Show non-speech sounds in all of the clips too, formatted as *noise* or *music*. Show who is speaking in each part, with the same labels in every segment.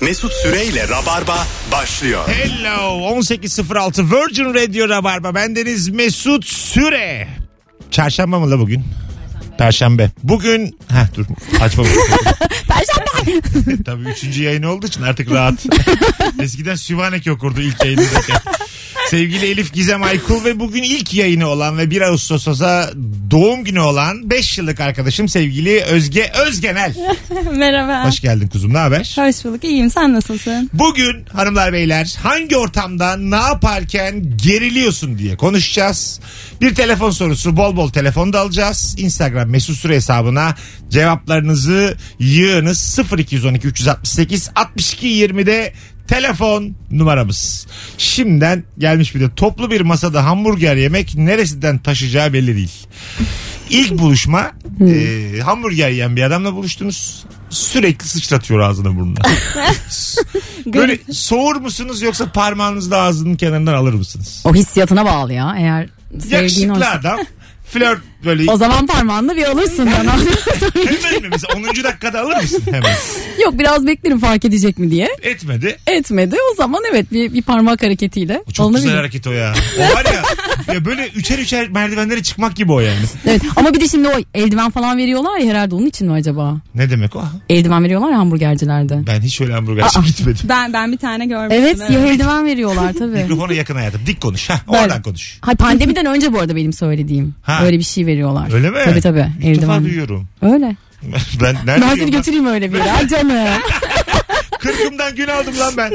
Speaker 1: Mesut Süreyle Rabarba başlıyor.
Speaker 2: Hello 1806 Virgin Radio Rabarba. Bendeniz Mesut Süre. Çarşamba mı la bugün? Perşembe. Bugün... Heh dur açma.
Speaker 3: Perşembe.
Speaker 2: Tabii üçüncü yayın olduğu için artık rahat. Eskiden Süvanek okurdu ilk yayınındaki. Sevgili Elif Gizem Aykul ve bugün ilk yayını olan ve 1 Ağustos'a doğum günü olan 5 yıllık arkadaşım sevgili Özge Özgenel.
Speaker 4: *laughs*
Speaker 3: Merhaba.
Speaker 2: Hoş geldin kuzum ne haber?
Speaker 3: Hoş bulduk. İyiyim. Sen nasılsın?
Speaker 2: Bugün hanımlar beyler hangi ortamda ne yaparken geriliyorsun diye konuşacağız. Bir telefon sorusu bol bol telefonda alacağız. Instagram mesut süre hesabına cevaplarınızı yığınız 0212 368 62 20'de telefon numaramız. Şimdiden gelmiş bir de toplu bir masada hamburger yemek neresinden taşacağı belli değil. İlk buluşma e, hamburger yiyen bir adamla buluştunuz. Sürekli sıçratıyor ağzına burnuna. Böyle soğur musunuz yoksa parmağınızla ağzının kenarından alır mısınız?
Speaker 3: O hissiyatına bağlı ya. Eğer sevdiğin
Speaker 2: Yakışıklı
Speaker 3: olsa.
Speaker 2: adam flört böyle *laughs*
Speaker 3: O zaman parmağınla bir alırsın bana. *laughs*
Speaker 2: hemen mi? Mesela 10. dakikada alır mısın hemen?
Speaker 3: Yok biraz beklerim fark edecek mi diye.
Speaker 2: Etmedi.
Speaker 3: Etmedi. O zaman evet bir, bir parmak hareketiyle.
Speaker 2: Çok
Speaker 3: Alınabilir.
Speaker 2: güzel hareket o ya. O var ya, ya böyle üçer üçer merdivenlere çıkmak gibi o yani.
Speaker 3: Evet. Ama bir de şimdi o eldiven falan veriyorlar ya herhalde onun için mi acaba?
Speaker 2: Ne demek o?
Speaker 3: Eldiven veriyorlar ya hamburgercilerde.
Speaker 2: Ben hiç öyle hamburgerci gitmedim.
Speaker 4: Ben ben bir tane görmüştüm.
Speaker 3: Evet ya eldiven veriyorlar tabii.
Speaker 2: Mikrofona yakın hayatım. Dik konuş. Heh,
Speaker 3: Böyle.
Speaker 2: oradan konuş.
Speaker 3: Hay pandemiden önce bu arada benim söylediğim.
Speaker 2: Ha.
Speaker 3: Öyle bir şey veriyorlar.
Speaker 2: Öyle mi?
Speaker 3: Tabii tabii.
Speaker 2: İlk defa
Speaker 3: Eldiven.
Speaker 2: duyuyorum.
Speaker 3: Öyle.
Speaker 2: Ben nerede
Speaker 3: Ben seni
Speaker 2: duyuyorum lan?
Speaker 3: götüreyim
Speaker 2: *laughs*
Speaker 3: öyle bir yere. Canım.
Speaker 2: Kırkımdan gün aldım lan
Speaker 3: *laughs*
Speaker 2: ben.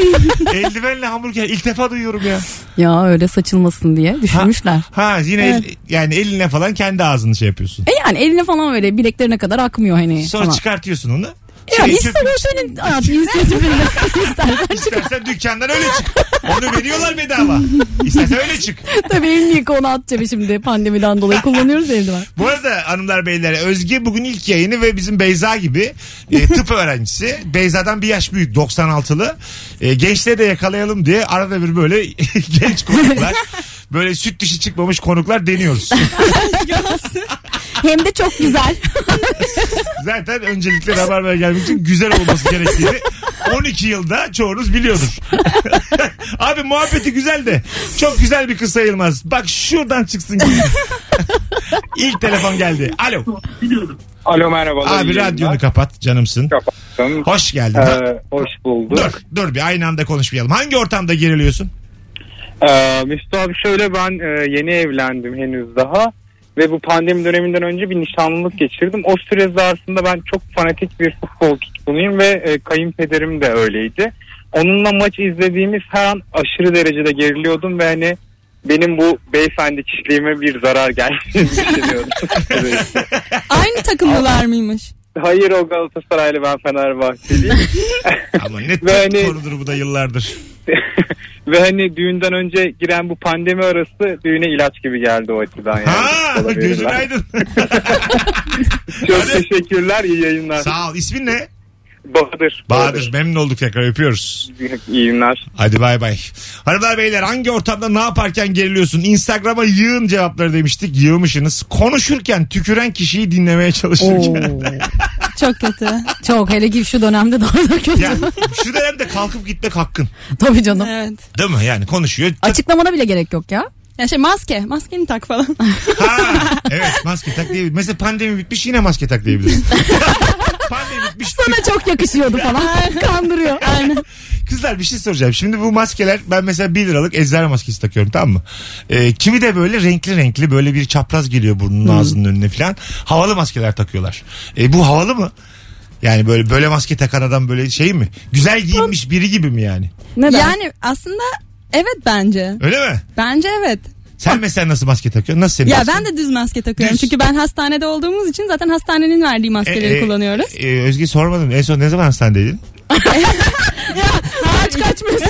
Speaker 2: Eldivenle hamburger ilk defa duyuyorum ya.
Speaker 3: Ya öyle saçılmasın diye düşünmüşler.
Speaker 2: Ha yine el- yani eline falan kendi ağzını şey yapıyorsun.
Speaker 3: E yani eline falan böyle bileklerine kadar akmıyor hani.
Speaker 2: Sonra
Speaker 3: falan.
Speaker 2: çıkartıyorsun onu.
Speaker 3: Ya
Speaker 2: Şey,
Speaker 3: ister
Speaker 2: çöp-
Speaker 3: o senin hayatın inisiyatifinde. İstersen
Speaker 2: İstersen dükkandan öyle çık. Onu veriyorlar bedava. İstersen öyle çık.
Speaker 3: tabii elini yıka onu at cebe şimdi pandemiden dolayı kullanıyoruz eldiven.
Speaker 2: Bu arada hanımlar beyler Özge bugün ilk yayını ve bizim Beyza gibi e, tıp öğrencisi. Beyza'dan bir yaş büyük 96'lı. E, gençleri de yakalayalım diye arada bir böyle *laughs* genç konuklar. Böyle süt dişi çıkmamış konuklar deniyoruz.
Speaker 3: Hem de çok güzel.
Speaker 2: Zaten öncelikle Rabarba'ya gelmek için güzel olması gerektiğini 12 yılda çoğunuz biliyordur. *laughs* Abi muhabbeti güzel de çok güzel bir kız sayılmaz. Bak şuradan çıksın gibi. *laughs* İlk telefon geldi. Alo.
Speaker 5: Alo merhabalar.
Speaker 2: Abi
Speaker 5: iyi
Speaker 2: radyonu
Speaker 5: yayınlar.
Speaker 2: kapat canımsın.
Speaker 5: kapattım.
Speaker 2: Hoş geldin.
Speaker 5: Ee, hoş bulduk.
Speaker 2: Dur dur bir aynı anda konuşmayalım. Hangi ortamda geriliyorsun?
Speaker 5: Ee, Mesut abi şöyle ben e, yeni evlendim henüz daha ve bu pandemi döneminden önce bir nişanlılık geçirdim. O süre zarfında ben çok fanatik bir futbol tutkunuyum ve e, kayınpederim de öyleydi. Onunla maç izlediğimiz her an aşırı derecede geriliyordum ve hani benim bu beyefendi kişiliğime bir zarar geldiğini
Speaker 2: *laughs*
Speaker 5: düşünüyordum.
Speaker 4: Aynı takımlılar mıymış?
Speaker 5: Hayır o Galatasaraylı ben Fenerbahçeliyim.
Speaker 2: Ama ne
Speaker 5: Ve hani-
Speaker 2: konudur bu da yıllardır.
Speaker 5: *laughs* Ve hani düğünden önce giren bu pandemi arası düğüne ilaç gibi geldi o açıdan. Yani.
Speaker 2: Ha
Speaker 5: Olabilirler.
Speaker 2: gözün aydın.
Speaker 5: Çok teşekkürler iyi yayınlar.
Speaker 2: Sağ ol. İsmin ne?
Speaker 5: Bahadır.
Speaker 2: Bahadır. Memnun olduk tekrar öpüyoruz.
Speaker 5: İyi yayınlar.
Speaker 2: Hadi bay bay. Hanımlar beyler hangi ortamda ne yaparken geriliyorsun? Instagram'a yığın cevapları demiştik. Yığmışsınız. Konuşurken tüküren kişiyi dinlemeye çalışırken.
Speaker 3: Oo.
Speaker 4: Çok
Speaker 2: *laughs*
Speaker 4: kötü.
Speaker 3: Çok hele ki şu dönemde daha da kötü.
Speaker 2: ya şu dönemde kalkıp gitmek hakkın.
Speaker 3: Tabii canım.
Speaker 4: evet.
Speaker 2: Değil mi? Yani konuşuyor.
Speaker 3: Açıklamana bile gerek yok ya.
Speaker 4: Ya şey maske. Maskeni tak
Speaker 2: *laughs*
Speaker 4: falan.
Speaker 2: Ha, evet maske tak diyebilir. Mesela pandemi bitmiş yine maske
Speaker 3: *laughs*
Speaker 2: tak diyebilirsin. pandemi bitmiş.
Speaker 3: Sana çok yakışıyordu falan. Kandırıyor. Aynen.
Speaker 2: Kızlar bir şey soracağım. Şimdi bu maskeler ben mesela 1 liralık eczane maskesi takıyorum tamam mı? Ee, kimi de böyle renkli renkli böyle bir çapraz geliyor burnunun ağzının önüne falan. Havalı maskeler takıyorlar. E, bu havalı mı? Yani böyle böyle maske takan adam böyle şey mi? Güzel giyinmiş biri gibi mi yani?
Speaker 3: Neden?
Speaker 4: yani aslında evet bence.
Speaker 2: Öyle mi?
Speaker 4: Bence evet.
Speaker 2: Sen mesela nasıl maske takıyorsun? Nasıl senin
Speaker 4: Ya
Speaker 2: masken?
Speaker 4: ben de düz maske takıyorum.
Speaker 2: Düz.
Speaker 4: Çünkü ben hastanede olduğumuz için zaten hastanenin verdiği maskeleri
Speaker 2: E, e,
Speaker 4: kullanıyoruz.
Speaker 2: e, Özge sormadım. En son ne zaman hastanedeydin?
Speaker 3: Kaç kaçmıyorsun.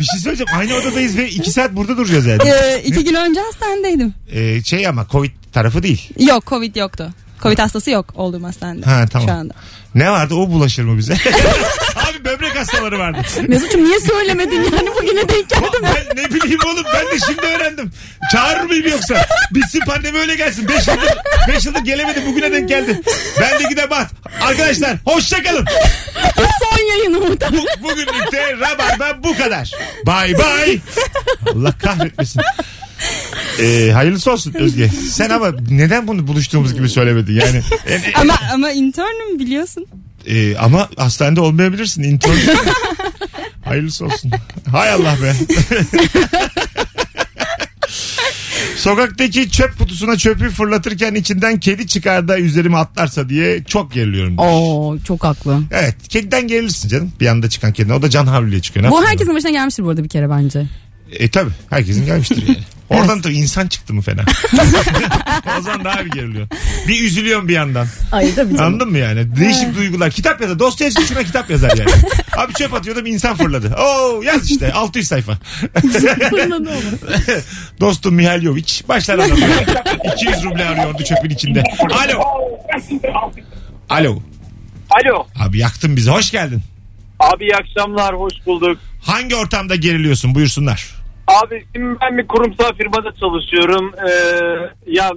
Speaker 2: Bir şey söyleyeceğim. Aynı odadayız ve iki saat burada duracağız yani.
Speaker 4: *laughs* Ee, iki gün önce hastanedeydim.
Speaker 2: E, şey ama Covid tarafı değil.
Speaker 4: Yok Covid yoktu. Covid hastası yok olduğum hastanede.
Speaker 2: Ha, tamam.
Speaker 4: Şu anda.
Speaker 2: Ne vardı o bulaşır mı bize? *laughs* Abi böbrek kasaları vardı.
Speaker 3: Mesut'cum niye söylemedin yani bugüne denk geldi.
Speaker 2: ben ne bileyim oğlum ben de şimdi öğrendim. Çağırır mıyım yoksa? Bitsin pandemi öyle gelsin. 5 yıldır, beş yıldır gelemedi bugüne denk geldi. Ben de gide bat. Arkadaşlar hoşçakalın.
Speaker 3: Son yayını muhtemelen.
Speaker 2: Bu, bugünlük de Rabarba bu kadar. Bay bay. Allah kahretmesin. Ee, hayırlısı olsun Özge. Sen ama neden bunu buluştuğumuz gibi söylemedin yani? e, e,
Speaker 4: Ama ama internim biliyorsun.
Speaker 2: e, ama hastanede
Speaker 3: *laughs*
Speaker 2: olmayabilirsin. intern. hayırlısı olsun. Hay Allah be. *laughs* Sokaktaki çöp kutusuna çöpü fırlatırken içinden kedi çıkar da üzerime atlarsa diye çok geriliyorum. demiş.
Speaker 3: Oo çok haklı.
Speaker 2: Evet kediden gerilirsin canım. Bir anda çıkan kediden. O da can havliyle çıkıyor. Ne
Speaker 3: Bu
Speaker 2: yapayım?
Speaker 3: herkesin başına gelmiştir bu arada bir kere bence.
Speaker 2: E tabi herkesin gelmiştir
Speaker 3: *laughs*
Speaker 2: yani. Oradan tabii insan çıktı mı fena. o zaman daha bir geriliyor. Bir üzülüyorum bir yandan.
Speaker 3: Ay tabii
Speaker 2: Anladın mı yani? Değişik duygular. Kitap yazar. Dostoyevski şuna kitap yazar *laughs* yani. Abi çöp atıyordum insan fırladı. Oo yaz işte 600 *laughs* sayfa. *laughs* Dostum Mihailovic başlar *laughs* anlatıyor. 200 ruble arıyordu çöpün içinde. Alo. Alo.
Speaker 6: Alo.
Speaker 2: Abi yaktın bizi. Hoş geldin.
Speaker 6: Abi iyi akşamlar. Hoş bulduk.
Speaker 2: Hangi ortamda geriliyorsun? Buyursunlar.
Speaker 6: Abi şimdi ben bir kurumsal firmada çalışıyorum. Ee, ya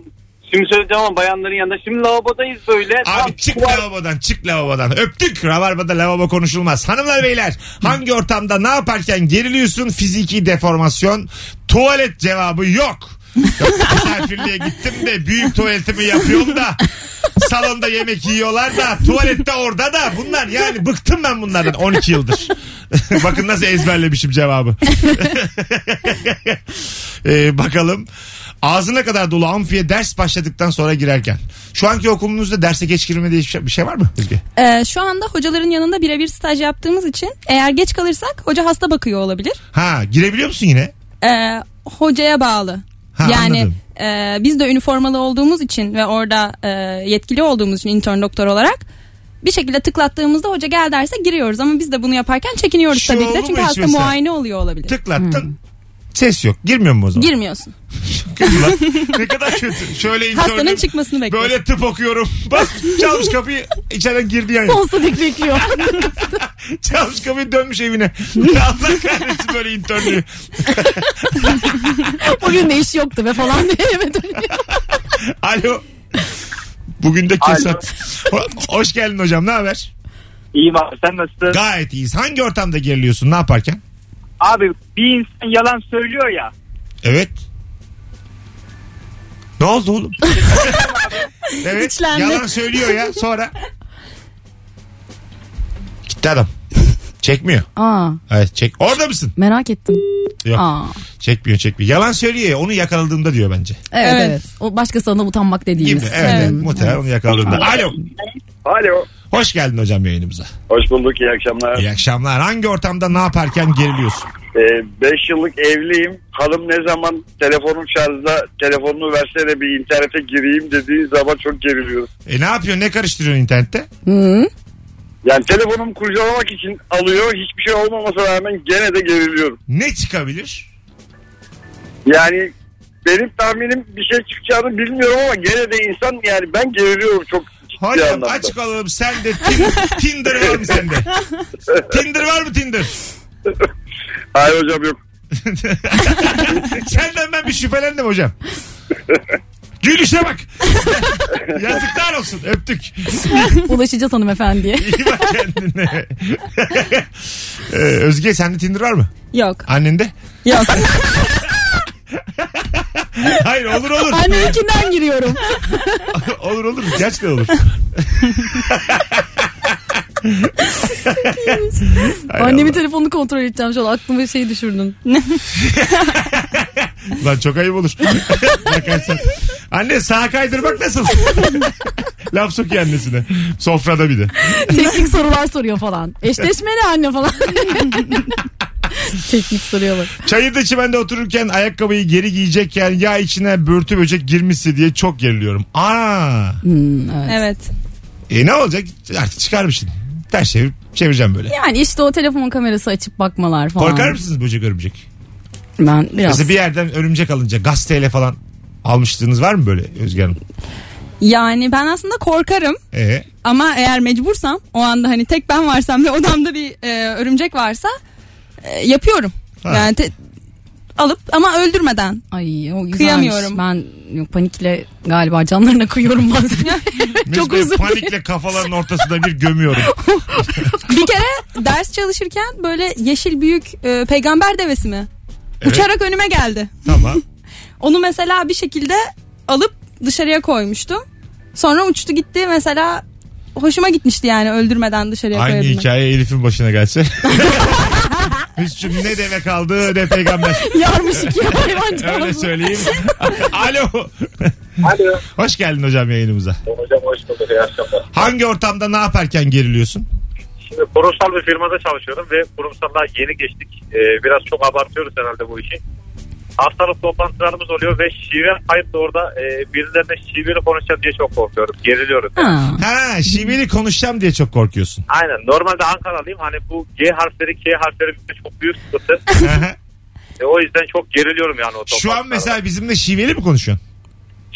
Speaker 6: şimdi söyleyeceğim ama bayanların yanında. Şimdi lavabodayız böyle. Tam
Speaker 2: Abi çık
Speaker 6: tuvalet-
Speaker 2: lavabodan çık lavabodan. Öptük. Rabarba'da lavabo konuşulmaz. Hanımlar beyler hangi ortamda ne yaparken geriliyorsun fiziki deformasyon? Tuvalet cevabı yok. Yok, Misafirliğe gittim de büyük tuvaletimi yapıyorum da salonda yemek yiyorlar da tuvalette orada da bunlar yani bıktım ben bunlardan 12 yıldır. *laughs* Bakın nasıl ezberlemişim cevabı. Ee, bakalım. Ağzına kadar dolu amfiye ders başladıktan sonra girerken. Şu anki okulunuzda derse geç girme diye bir şey, bir şey var mı? Özge?
Speaker 4: Ee, şu anda hocaların yanında birebir staj yaptığımız için eğer geç kalırsak hoca hasta bakıyor olabilir.
Speaker 2: Ha girebiliyor musun yine?
Speaker 4: Ee, hocaya bağlı.
Speaker 2: Ha,
Speaker 4: yani
Speaker 2: anladım.
Speaker 4: e, biz de üniformalı olduğumuz için ve orada e, yetkili olduğumuz için intern doktor olarak bir şekilde tıklattığımızda hoca gel derse giriyoruz ama biz de bunu yaparken çekiniyoruz
Speaker 2: Şu
Speaker 4: tabii ki
Speaker 2: oldu
Speaker 4: de
Speaker 2: Şey mu
Speaker 4: çünkü
Speaker 2: hiç
Speaker 4: hasta
Speaker 2: mesela?
Speaker 4: muayene oluyor olabilir.
Speaker 2: Tıklattın.
Speaker 4: Hmm.
Speaker 2: Ses yok. Girmiyor mu o zaman?
Speaker 4: Girmiyorsun.
Speaker 2: Kötü lan. ne kadar kötü. Şöyle
Speaker 4: Hastanın
Speaker 2: internet-
Speaker 4: çıkmasını bekliyorsun.
Speaker 2: *laughs* Böyle tıp okuyorum. Bas çalmış kapıyı içeriden girdi yani.
Speaker 3: Sonsuza dek bekliyor. *laughs*
Speaker 2: Çalmış kapıyı dönmüş evine.
Speaker 4: *laughs*
Speaker 2: *laughs* Allah kahretsin böyle internlüğü.
Speaker 3: Bugün de iş yoktu be falan diye eve dönüyor.
Speaker 2: Alo. Bugün de kesat. Ho- Hoş geldin hocam ne haber?
Speaker 6: İyiyim abi sen nasılsın?
Speaker 2: Gayet iyiyiz. Hangi ortamda geriliyorsun ne yaparken?
Speaker 6: Abi bir insan yalan söylüyor ya.
Speaker 2: Evet. Ne oldu oğlum?
Speaker 3: *laughs*
Speaker 2: evet.
Speaker 3: İçlendi.
Speaker 2: Yalan söylüyor ya sonra. Gitti adam. Çekmiyor.
Speaker 3: Aa
Speaker 2: Evet çek. Orada mısın?
Speaker 3: merak ettim.
Speaker 2: Yok.
Speaker 3: Aa.
Speaker 2: Çekmiyor çekmiyor. Yalan söylüyor ya onu yakaladığımda diyor bence.
Speaker 3: Evet,
Speaker 4: Evet.
Speaker 3: evet O başkasına utanmak
Speaker 2: Gibi.
Speaker 3: dediğimiz.
Speaker 2: Evet, evet. Muhtemelen onu yakaladığımda. Alo.
Speaker 7: Alo.
Speaker 2: Hoş geldin hocam yayınımıza.
Speaker 7: Hoş bulduk iyi akşamlar.
Speaker 2: İyi akşamlar. Hangi ortamda ne yaparken geriliyorsun?
Speaker 7: 5 Ee, yıllık evliyim. Hanım ne zaman telefonum şarjda telefonunu versene bir internete gireyim dediği zaman çok geriliyoruz.
Speaker 2: E ne yapıyorsun? Ne karıştırıyorsun internette?
Speaker 3: Hı.
Speaker 7: Yani telefonumu kurcalamak için alıyor. Hiçbir şey olmamasına rağmen gene de geriliyorum.
Speaker 2: Ne çıkabilir?
Speaker 7: Yani benim tahminim bir şey çıkacağını bilmiyorum ama gene de insan yani ben geriliyorum çok ciddi
Speaker 2: Hocam
Speaker 7: anlamda.
Speaker 2: açık olalım sen de Tin- Tinder var mı sende? Tinder var mı Tinder?
Speaker 7: Hayır hocam yok.
Speaker 2: Senden ben bir şüphelendim hocam. Gülüşe bak. *laughs* Yazıklar olsun. Öptük.
Speaker 3: *laughs* Ulaşacağız
Speaker 2: *laughs*
Speaker 3: hanımefendiye.
Speaker 2: İyi bak kendine. *laughs* ee, Özge sende Tinder var mı?
Speaker 4: Yok.
Speaker 2: Annende?
Speaker 4: Yok.
Speaker 2: *laughs* Hayır olur olur.
Speaker 3: Anne ikinden giriyorum.
Speaker 2: olur olur. Gerçekten olur. Hay
Speaker 3: Annemin telefonunu kontrol edeceğim şu an. Aklıma şey düşürdün.
Speaker 2: Lan çok ayıp olur. Bakarsan. Anne sağa kaydırmak
Speaker 3: *laughs*
Speaker 2: nasıl? Laf sokuyor annesine. Sofrada bir de.
Speaker 3: *laughs* Teknik sorular soruyor falan. Eşleşmeli anne falan. *laughs* Teknik soruyorlar.
Speaker 2: Çayırda çimende otururken ayakkabıyı geri giyecekken ya içine börtü böcek girmişse diye çok geriliyorum. Aa.
Speaker 3: Hmm,
Speaker 4: evet.
Speaker 2: E ne olacak? Artık çıkarmışsın. Ters çevir, çevireceğim böyle.
Speaker 3: Yani işte o telefon kamerası açıp bakmalar falan.
Speaker 2: Korkar mısınız böcek örümcek?
Speaker 3: Ben biraz.
Speaker 2: Mesela bir yerden örümcek alınca gazeteyle falan almışlığınız var mı böyle Özge Hanım?
Speaker 4: Yani ben aslında korkarım
Speaker 2: Ee,
Speaker 4: ama eğer mecbursam o anda hani tek ben varsam ve odamda bir e, örümcek varsa e, yapıyorum.
Speaker 2: Ha.
Speaker 4: Yani te- alıp ama öldürmeden.
Speaker 3: Ay o güzelmiş.
Speaker 4: Kıyamıyorum.
Speaker 3: Ben yok, panikle galiba canlarına
Speaker 2: *laughs*
Speaker 3: kıyıyorum bazen. *laughs* *laughs*
Speaker 2: Mesut
Speaker 3: Çok
Speaker 2: Bey,
Speaker 3: uzun.
Speaker 2: Panikle kafaların ortasında bir gömüyorum.
Speaker 4: Bir kere ders çalışırken böyle yeşil büyük e, peygamber devesi mi?
Speaker 2: Evet.
Speaker 4: Uçarak önüme geldi.
Speaker 2: Tamam.
Speaker 4: Onu mesela bir şekilde alıp dışarıya koymuştum. Sonra uçtu gitti mesela hoşuma gitmişti yani öldürmeden dışarıya *laughs*
Speaker 2: Aynı
Speaker 4: koyabilmek.
Speaker 2: hikaye Elif'in başına gelse. *laughs* Mesut'cum ne demek aldı ne peygamber.
Speaker 3: Yarmış iki
Speaker 2: *laughs* Öyle
Speaker 3: hayvancağızı.
Speaker 2: söyleyeyim. Alo.
Speaker 8: Alo.
Speaker 2: Hoş geldin hocam yayınımıza.
Speaker 8: Hocam hoş bulduk. İyi akşamlar.
Speaker 2: Hangi ortamda ne yaparken geriliyorsun?
Speaker 8: Şimdi kurumsal bir firmada çalışıyorum ve kurumsallığa yeni geçtik. Ee, biraz çok abartıyoruz herhalde bu işi. Haftalık toplantılarımız oluyor ve şive kayıtlı orada e, birilerine şiveli konuşacağız diye çok korkuyorum. Geriliyoruz.
Speaker 3: Ha.
Speaker 2: Ha şiveli konuşacağım diye çok korkuyorsun.
Speaker 8: Aynen. Normalde Ankaralıyım. Hani bu G harfleri, K harfleri bizde çok büyük sıkıntı.
Speaker 2: Aha.
Speaker 8: E, o yüzden çok geriliyorum yani o
Speaker 2: Şu an
Speaker 8: toplantılarda.
Speaker 2: mesela bizimle şiveli mi konuşuyorsun?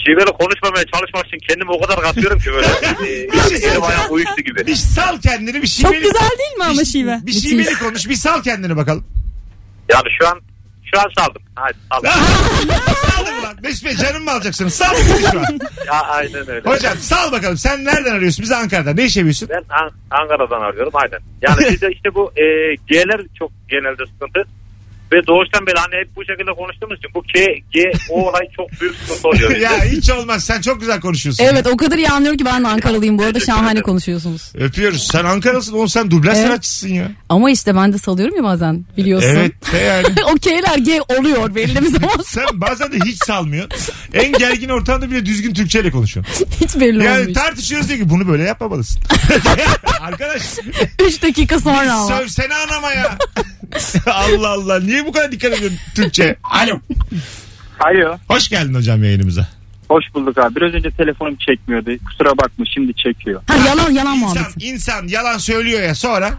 Speaker 8: Şiveli konuşmamaya çalışmak için kendimi o kadar katıyorum ki
Speaker 2: *laughs*
Speaker 8: böyle. e,
Speaker 2: Bir şey
Speaker 8: elim ayağım uyuştu gibi.
Speaker 2: Bir sal kendini bir
Speaker 4: Çok
Speaker 2: şiveli.
Speaker 4: güzel değil mi ama
Speaker 2: bir,
Speaker 4: şive?
Speaker 2: Bir şiveli konuş bir sal kendini bakalım.
Speaker 8: Yani şu an şu an saldım. Hadi
Speaker 2: *laughs*
Speaker 8: saldım.
Speaker 2: Sal lan. Mesut Bey canım mı alacaksın? Sal bakalım şu an.
Speaker 8: ya, aynen öyle.
Speaker 2: Hocam sal bakalım. Sen nereden arıyorsun? Biz Ankara'da. Ne iş yapıyorsun?
Speaker 8: Ben An- Ankara'dan arıyorum aynen.
Speaker 2: *laughs*
Speaker 8: Yani bizde işte bu e, G'ler çok genelde sıkıntı. Ve doğuştan beri hani hep bu şekilde konuştuğumuz için bu K, G,
Speaker 2: *laughs*
Speaker 8: o olay çok büyük sıkıntı oluyor. bizde.
Speaker 2: ya hiç olmaz. Sen çok güzel konuşuyorsun.
Speaker 3: Evet o kadar iyi anlıyorum ki ben de Ankaralıyım. Bu arada şahane konuşuyorsunuz.
Speaker 2: Öpüyoruz. Sen Ankara'lısın oğlum sen dublaj
Speaker 3: Evet.
Speaker 2: sanatçısın ya.
Speaker 3: Ama işte ben de salıyorum ya bazen biliyorsun.
Speaker 2: Evet de yani.
Speaker 3: *laughs* Okeyler G oluyor belli bir
Speaker 2: *laughs*
Speaker 3: zaman *laughs* sonra
Speaker 2: Sen bazen de hiç salmıyorsun. En gergin ortamda bile düzgün Türkçeyle konuşuyorsun.
Speaker 3: hiç belli
Speaker 2: Yani
Speaker 3: olmuyor.
Speaker 2: tartışıyoruz diyor ki bunu böyle yapmamalısın. *laughs* Arkadaş
Speaker 3: 3 dakika sonra ama.
Speaker 2: sövsene anama ya. Allah Allah niye bu kadar dikkat ediyorsun Türkçe? Alo.
Speaker 6: Alo.
Speaker 2: Hoş geldin hocam yayınımıza.
Speaker 6: Hoş bulduk abi. Biraz önce telefonum çekmiyordu. Kusura bakma şimdi çekiyor.
Speaker 3: Ha, yalan yalan
Speaker 2: İnsan,
Speaker 3: muhabbeti.
Speaker 2: insan yalan söylüyor ya sonra.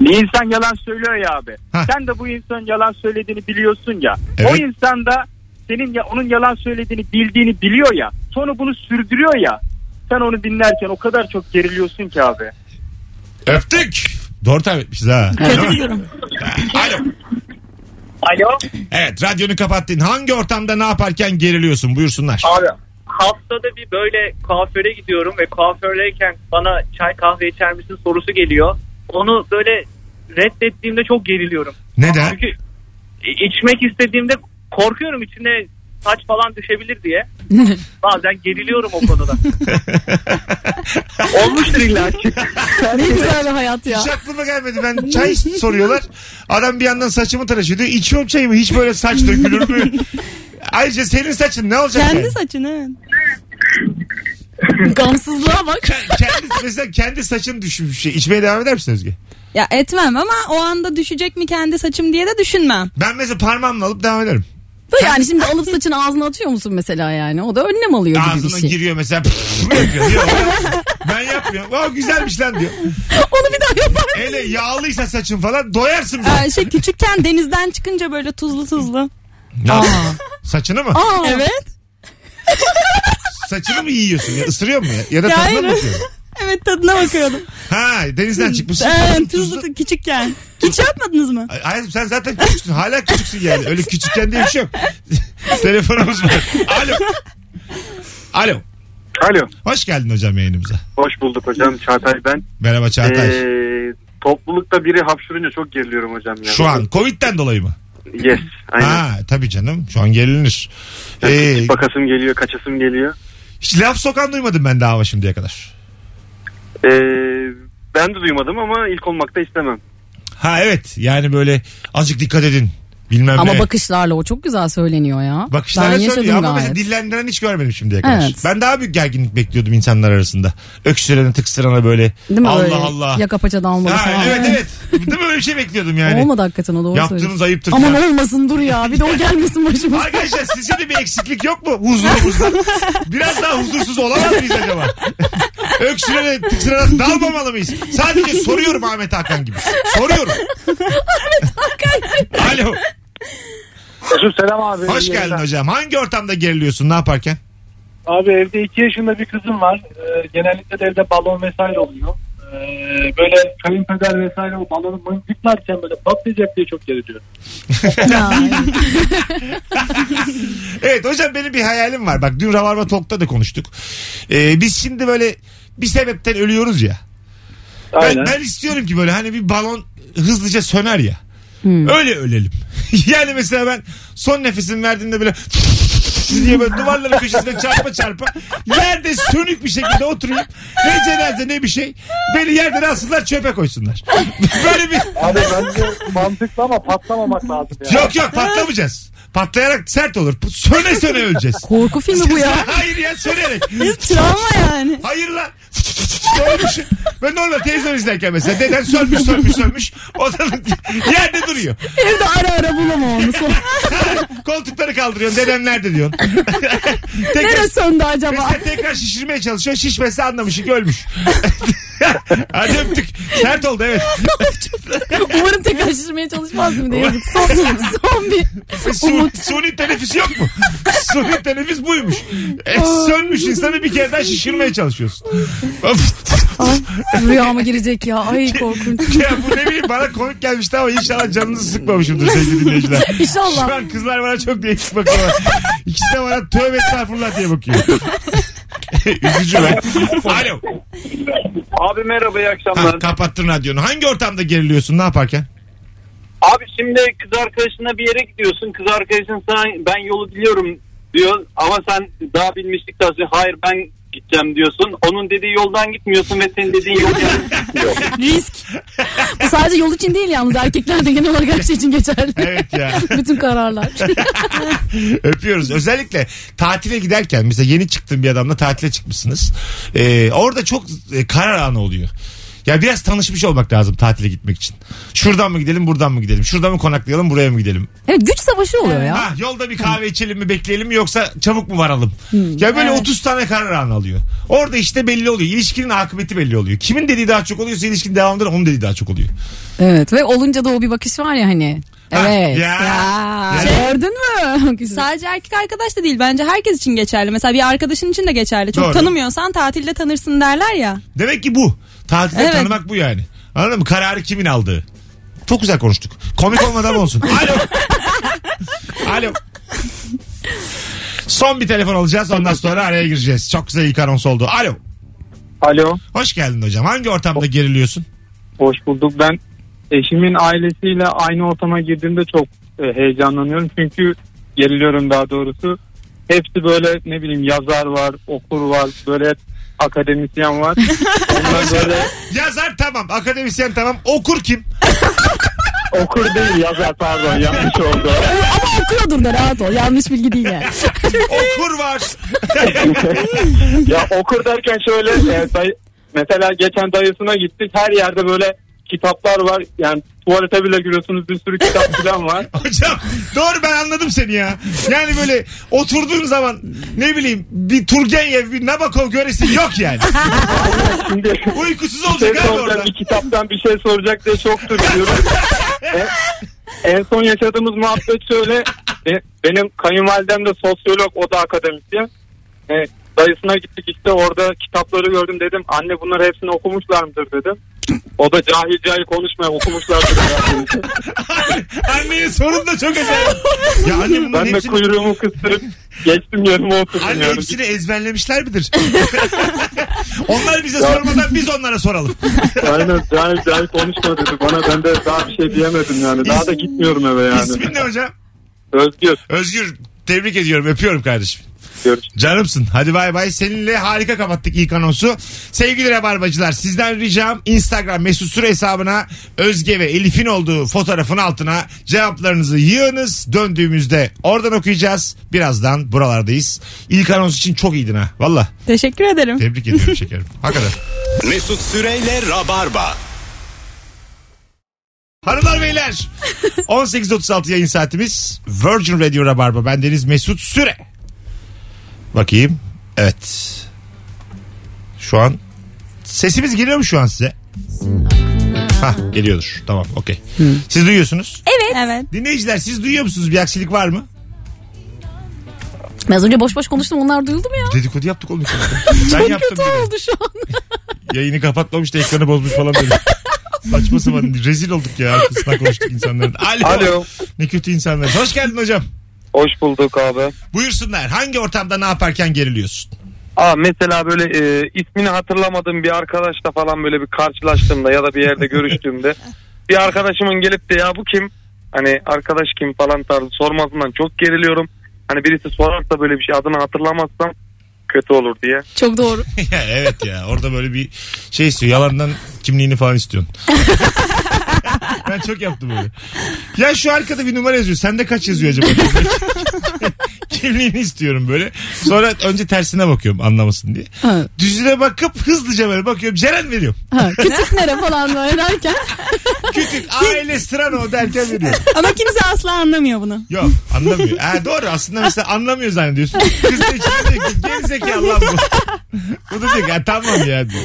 Speaker 6: Bir insan yalan söylüyor ya abi.
Speaker 2: Hah.
Speaker 6: Sen de bu insanın yalan söylediğini biliyorsun ya.
Speaker 2: Evet.
Speaker 6: O insan da senin ya onun yalan söylediğini bildiğini biliyor ya. Sonra bunu sürdürüyor ya. Sen onu dinlerken o kadar çok geriliyorsun ki abi.
Speaker 2: Öptük. Doğru tahmin etmişiz ha. Alo.
Speaker 8: Alo.
Speaker 2: Evet radyonu kapattın. Hangi ortamda ne yaparken geriliyorsun? Buyursunlar.
Speaker 8: Abi haftada bir böyle kuaföre gidiyorum ve kuaförleyken bana çay kahve içer misin sorusu geliyor. Onu böyle reddettiğimde çok geriliyorum.
Speaker 2: Neden?
Speaker 8: Çünkü i- içmek istediğimde korkuyorum içine saç falan düşebilir diye.
Speaker 2: *laughs*
Speaker 8: Bazen geriliyorum o konuda.
Speaker 6: Olmuştur illa ki.
Speaker 3: Ne güzel bir hayat ya.
Speaker 2: *laughs* Hiç aklıma gelmedi.
Speaker 3: *laughs*
Speaker 2: Ben çay soruyorlar. Adam bir yandan saçımı tıraş ediyor. İçiyorum çayımı. Hiç böyle saç dökülür mü? Ayrıca senin saçın ne olacak? yani?
Speaker 4: Kendi saçını.
Speaker 3: Gamsızlığa bak.
Speaker 2: Ke- kendi, mesela kendi saçın düşmüş bir şey. İçmeye devam eder misin Özge?
Speaker 4: Ya etmem ama o anda düşecek mi kendi saçım diye de düşünmem.
Speaker 2: Ben mesela parmağımla alıp devam ederim.
Speaker 3: Da yani şimdi alıp saçını ağzına atıyor musun mesela yani? O da önlem alıyor gibi bir
Speaker 2: Ağzına
Speaker 3: şey.
Speaker 2: giriyor mesela. "Pf" yapıyor. Yok, ben- ben yapmıyorum. Aa, güzelmiş lan diyor.
Speaker 3: Onu bir daha yapar.
Speaker 2: Hele yağlıysa saçın falan doyarsın. bir.
Speaker 4: Ee, şey küçükken denizden çıkınca böyle tuzlu tuzlu.
Speaker 2: Ne yapıyorsun? Saçını mı?
Speaker 3: Aa,
Speaker 4: Evet.
Speaker 2: Saçını mı yiyorsun? Ya, ısırıyor mu ya? Ya da
Speaker 4: Ya
Speaker 2: tadına mı
Speaker 4: hayır.
Speaker 2: bakıyorsun?
Speaker 4: Evet tadına bakıyordum.
Speaker 2: Ha denizden çıkmışsın.
Speaker 4: Ee, tuzlu tu- küçükken. Hiç yapmadınız *laughs* mı?
Speaker 2: Ay- Hayır sen zaten küçüksün. Hala küçüksün yani. Öyle küçükken diye bir şey yok. *laughs* Telefonumuz var. Alo. Alo.
Speaker 5: Alo.
Speaker 2: Hoş geldin hocam yayınımıza.
Speaker 5: Hoş bulduk hocam. Çağatay ben.
Speaker 2: Merhaba Çağatay.
Speaker 5: Ee, toplulukta biri hapşurunca çok geriliyorum hocam ya.
Speaker 2: Şu an Covid'den dolayı mı?
Speaker 5: Yes. Aynen.
Speaker 2: Ha tabii canım. Şu an gerilinir. Ee,
Speaker 5: Ee, bakasım geliyor, kaçasım geliyor.
Speaker 2: hiç laf sokan duymadım ben daha ama şimdiye kadar.
Speaker 5: Ee, ben de duymadım ama ilk olmak da istemem.
Speaker 2: Ha evet. Yani böyle azıcık dikkat edin. Bilmem
Speaker 3: Ama
Speaker 2: ne.
Speaker 3: bakışlarla o çok güzel söyleniyor ya.
Speaker 2: Bakışlara
Speaker 3: ben yaşadım
Speaker 2: söylüyor ama
Speaker 3: gayet.
Speaker 2: mesela dillendiren hiç görmedim şimdiye kadar.
Speaker 3: Evet.
Speaker 2: Ben daha büyük gerginlik bekliyordum insanlar arasında. Öksürene tıksırana böyle.
Speaker 3: Değil mi
Speaker 2: Allah
Speaker 3: böyle
Speaker 2: Allah.
Speaker 3: yaka paça dalmalı
Speaker 2: Ha,
Speaker 3: falan.
Speaker 2: evet evet. Değil mi öyle bir şey bekliyordum yani.
Speaker 3: Olmadı hakikaten o doğru
Speaker 2: Yaptığınız
Speaker 3: söylüyorsun.
Speaker 2: ayıptır
Speaker 3: Aman
Speaker 2: falan.
Speaker 3: olmasın dur ya bir de o gelmesin başımıza.
Speaker 2: Arkadaşlar sizce de bir eksiklik yok mu huzurumuzda? Biraz daha huzursuz olamaz mıyız acaba? *laughs* Öksürene tıksırana dalmamalı mıyız? Sadece soruyorum Ahmet Hakan gibi.
Speaker 3: *laughs*
Speaker 2: Soruyorum. Ahmet Hakan Alo.
Speaker 6: Mesut selam abi.
Speaker 2: Hoş geldin hocam. Hangi ortamda geriliyorsun ne yaparken?
Speaker 6: Abi evde 2 yaşında bir kızım var. Ee, genellikle de evde balon vesaire oluyor. Ee, böyle kayınpeder vesaire o balonu mıncıklarken böyle patlayacak diye çok geriliyorum.
Speaker 3: Ya, evet.
Speaker 2: Evet hocam benim bir hayalim var. Bak dün Ravarva Talk'ta da konuştuk. Ee, biz şimdi böyle bir sebepten ölüyoruz ya. Ben,
Speaker 6: Aynen.
Speaker 2: ben istiyorum ki böyle hani bir balon hızlıca söner ya.
Speaker 3: Hmm.
Speaker 2: Öyle ölelim. *laughs* yani mesela ben son nefesimi verdiğimde böyle *laughs* diye böyle duvarların köşesine çarpa çarpa yerde sönük bir şekilde oturayım. Ne cenaze ne bir şey. Beni yerden alsınlar çöpe koysunlar. *laughs* böyle bir
Speaker 6: Abi bence mantıklı ama patlamamak lazım ya.
Speaker 2: yok yok patlamayacağız. Patlayarak sert olur. Söne söne öleceğiz.
Speaker 3: Korku filmi
Speaker 2: *laughs*
Speaker 3: bu ya.
Speaker 2: Hayır ya sönerek.
Speaker 3: Travma *laughs* yani.
Speaker 2: Hayır lan. *laughs* Sönmüş. Ben normal televizyon izlerken mesela deden sönmüş sönmüş sönmüş. O zaman *laughs* yerde duruyor.
Speaker 3: Evde ara ara bulama onu. Son-
Speaker 2: Koltukları kaldırıyorsun. Dedem nerede diyorsun. *laughs* tekrar,
Speaker 3: Neresi söndü
Speaker 2: *laughs*
Speaker 3: acaba?
Speaker 2: mesela tekrar şişirmeye çalışıyor. Şişmesi anlamış. ki Ölmüş. *laughs* Hadi öptük. Sert oldu evet.
Speaker 3: Umarım tekrar şişirmeye çalışmaz mı diye yazık. *laughs* Son, son bir
Speaker 2: Su, suni teneffüs yok mu? Suni teneffüs buymuş. E, sönmüş insanı bir kere daha şişirmeye çalışıyorsun.
Speaker 3: rüyama girecek ya. Ay korkunç.
Speaker 2: ya bu ne bileyim bana komik gelmişti ama inşallah canınızı sıkmamışımdır sevgili dinleyiciler.
Speaker 3: İnşallah.
Speaker 2: Şu an kızlar bana çok değişik bakıyorlar. İkisi de bana tövbe estağfurullah diye bakıyor. *laughs* Üzücü be. Alo.
Speaker 5: Abi merhaba iyi akşamlar.
Speaker 2: Ha, kapattın radyonu. Hangi ortamda geriliyorsun ne yaparken?
Speaker 5: Abi şimdi kız arkadaşına bir yere gidiyorsun. Kız arkadaşın sana ben yolu biliyorum diyor ama sen daha bilmişlik tarzı hayır ben gideceğim diyorsun. Onun dediği yoldan gitmiyorsun ve senin dediğin yol
Speaker 3: Risk. Bu sadece yol için değil yalnız. Erkekler de genel olarak her şey için geçerli.
Speaker 2: Evet ya.
Speaker 3: *laughs* Bütün kararlar.
Speaker 2: Öpüyoruz. Özellikle tatile giderken mesela yeni çıktığın bir adamla tatile çıkmışsınız. Ee, orada çok e, karar anı oluyor. Ya biraz tanışmış olmak lazım tatile gitmek için. Şuradan mı gidelim, buradan mı gidelim? Şuradan mı konaklayalım, buraya mı gidelim?
Speaker 3: Evet güç savaşı oluyor ya.
Speaker 2: Ha, yolda bir kahve içelim mi bekleyelim mi yoksa çabuk mu varalım? Ya böyle 30 tane karar anı alıyor. Orada işte belli oluyor. İlişkinin akıbeti belli oluyor. Kimin dediği daha çok oluyorsa ilişkinin devamında onun dediği daha çok oluyor.
Speaker 3: Evet ve olunca da o bir bakış var ya hani.
Speaker 2: Ha,
Speaker 3: Evet.
Speaker 2: ya.
Speaker 3: Ya.
Speaker 2: Şey-
Speaker 3: Gördün mü? Güzel.
Speaker 4: Sadece erkek arkadaş da değil bence herkes için geçerli. Mesela bir arkadaşın için de geçerli. Çok
Speaker 2: Doğru.
Speaker 4: tanımıyorsan tatilde tanırsın derler ya.
Speaker 2: Demek ki bu. Tatilde
Speaker 4: Evet.
Speaker 2: tanımak bu yani. Anladın mı? Kararı kimin aldığı? Çok güzel konuştuk. Komik olmadan olsun. Alo. Alo. Son bir telefon alacağız ondan sonra araya gireceğiz. Çok güzel ilk anons oldu. Alo.
Speaker 5: Alo
Speaker 2: Hoş geldin hocam. Hangi ortamda geriliyorsun?
Speaker 5: hoş bulduk ben eşimin ailesiyle aynı ortama girdiğimde çok e, heyecanlanıyorum. Çünkü geriliyorum daha doğrusu. Hepsi böyle ne bileyim yazar var, okur var, böyle akademisyen var. Onlar böyle
Speaker 2: Yazar tamam. Akademisyen tamam. Okur kim?
Speaker 5: okur değil yazar pardon yanlış oldu. *laughs*
Speaker 3: Ama okuyordur da rahat ol. Yanlış bilgi değil yani.
Speaker 2: Okur
Speaker 5: *laughs*
Speaker 2: var.
Speaker 5: ya okur derken şöyle e, dayı- mesela geçen dayısına gittik her yerde böyle kitaplar var yani tuvalete bile giriyorsunuz bir sürü kitap falan var.
Speaker 2: Hocam doğru ben anladım seni ya. Yani böyle oturduğun zaman ne bileyim bir Turgenev bir Nabokov göresi yok
Speaker 5: *laughs*
Speaker 2: yani.
Speaker 5: Şimdi
Speaker 2: Uykusuz
Speaker 5: şey
Speaker 2: olacak abi orada.
Speaker 5: soracak bir kitaptan bir şey soracak diye çok duruyorum.
Speaker 2: *laughs*
Speaker 5: en, en son yaşadığımız muhabbet şöyle e, benim kayınvalidem de sosyolog o da akademisyen. E, dayısına gittik işte orada kitapları gördüm dedim anne bunları hepsini okumuşlar mıdır dedim. O da cahil cahil konuşmaya okumuşlardır. herhalde.
Speaker 2: Anneye sorun da çok acayip. Ya anne bunların
Speaker 5: Ben de
Speaker 2: hepsini,
Speaker 5: kuyruğumu kıstırıp geçtim yerime oturdum.
Speaker 2: anne
Speaker 5: yani.
Speaker 2: hepsini *laughs* ezberlemişler
Speaker 5: *laughs*
Speaker 2: midir? Onlar bize sormadan biz onlara soralım.
Speaker 5: Aynen cahil cahil konuşma dedi bana. Ben de daha bir şey diyemedim yani. Daha da gitmiyorum eve yani.
Speaker 2: İsmin ne hocam?
Speaker 5: Özgür.
Speaker 2: Özgür tebrik ediyorum öpüyorum kardeşim.
Speaker 5: Görüşürüz.
Speaker 2: Canımsın. Hadi bay bay. Seninle harika kapattık ilk anonsu. Sevgili Rabarbacılar sizden ricam Instagram mesut süre hesabına Özge ve Elif'in olduğu fotoğrafın altına cevaplarınızı yığınız. Döndüğümüzde oradan okuyacağız. Birazdan buralardayız. İlk anons için çok iyiydin ha. Valla
Speaker 4: Teşekkür ederim.
Speaker 2: tebrik ediyorum şekerim. Hakikaten.
Speaker 1: Mesut Süreyle Rabarba.
Speaker 3: *laughs*
Speaker 2: Hanımlar beyler 18.36 yayın saatimiz Virgin Radio Rabarba bendeniz Mesut Süre Bakayım evet Şu an sesimiz geliyor mu şu an size? Ha geliyordur tamam okey Siz
Speaker 3: E-
Speaker 2: duyuyorsunuz
Speaker 4: Evet. Evet.
Speaker 2: Dinleyiciler siz duyuyor musunuz bir aksilik var mı?
Speaker 3: Ben az önce boş boş konuştum onlar duyuldu mu ya?
Speaker 2: Dedikodu
Speaker 3: *laughs*
Speaker 2: yaptık oğlum. ben
Speaker 3: Çok
Speaker 2: yaptım
Speaker 3: kötü
Speaker 2: bir de.
Speaker 3: oldu şu an.
Speaker 2: *laughs* Yayını kapatmamış da ekranı bozmuş
Speaker 3: *laughs*
Speaker 2: falan böyle. Saçma sapan rezil olduk ya. Arkasından konuştuk insanların. Alo.
Speaker 5: Alo.
Speaker 2: Ne kötü insanlar. Hoş geldin hocam.
Speaker 5: Hoş bulduk abi.
Speaker 2: Buyursunlar. Hangi ortamda ne yaparken geriliyorsun? *laughs*
Speaker 5: Aa, mesela böyle e, ismini hatırlamadığım bir arkadaşla falan böyle bir karşılaştığımda ya da bir yerde görüştüğümde bir arkadaşımın gelip de ya bu kim? Hani arkadaş kim falan tarzı sormasından çok geriliyorum. Hani birisi sorarsa böyle bir şey adını hatırlamazsam kötü olur diye.
Speaker 3: Çok doğru.
Speaker 2: ya evet ya. Orada böyle bir şey istiyor. Yalandan kimliğini falan istiyorsun. *laughs* ben çok yaptım öyle. Ya şu arkada bir numara yazıyor. Sende kaç yazıyor acaba? *laughs* Kimliğini istiyorum böyle. Sonra önce tersine bakıyorum anlamasın diye.
Speaker 3: *laughs* Ha,
Speaker 2: Düzüne bakıp hızlıca böyle bakıyorum. Ceren veriyorum.
Speaker 3: ha. *laughs* Küçük nere falan böyle derken.
Speaker 2: Küçük aile sıran o derken veriyorum.
Speaker 4: Ama kimse asla anlamıyor bunu.
Speaker 2: Yok anlamıyor. Ha, doğru aslında mesela anlamıyor zannediyorsun. Kız da içinde diyor ki gerizekalı lan bu. bu da diyor ki "Ha, tamam ya *laughs* diyor.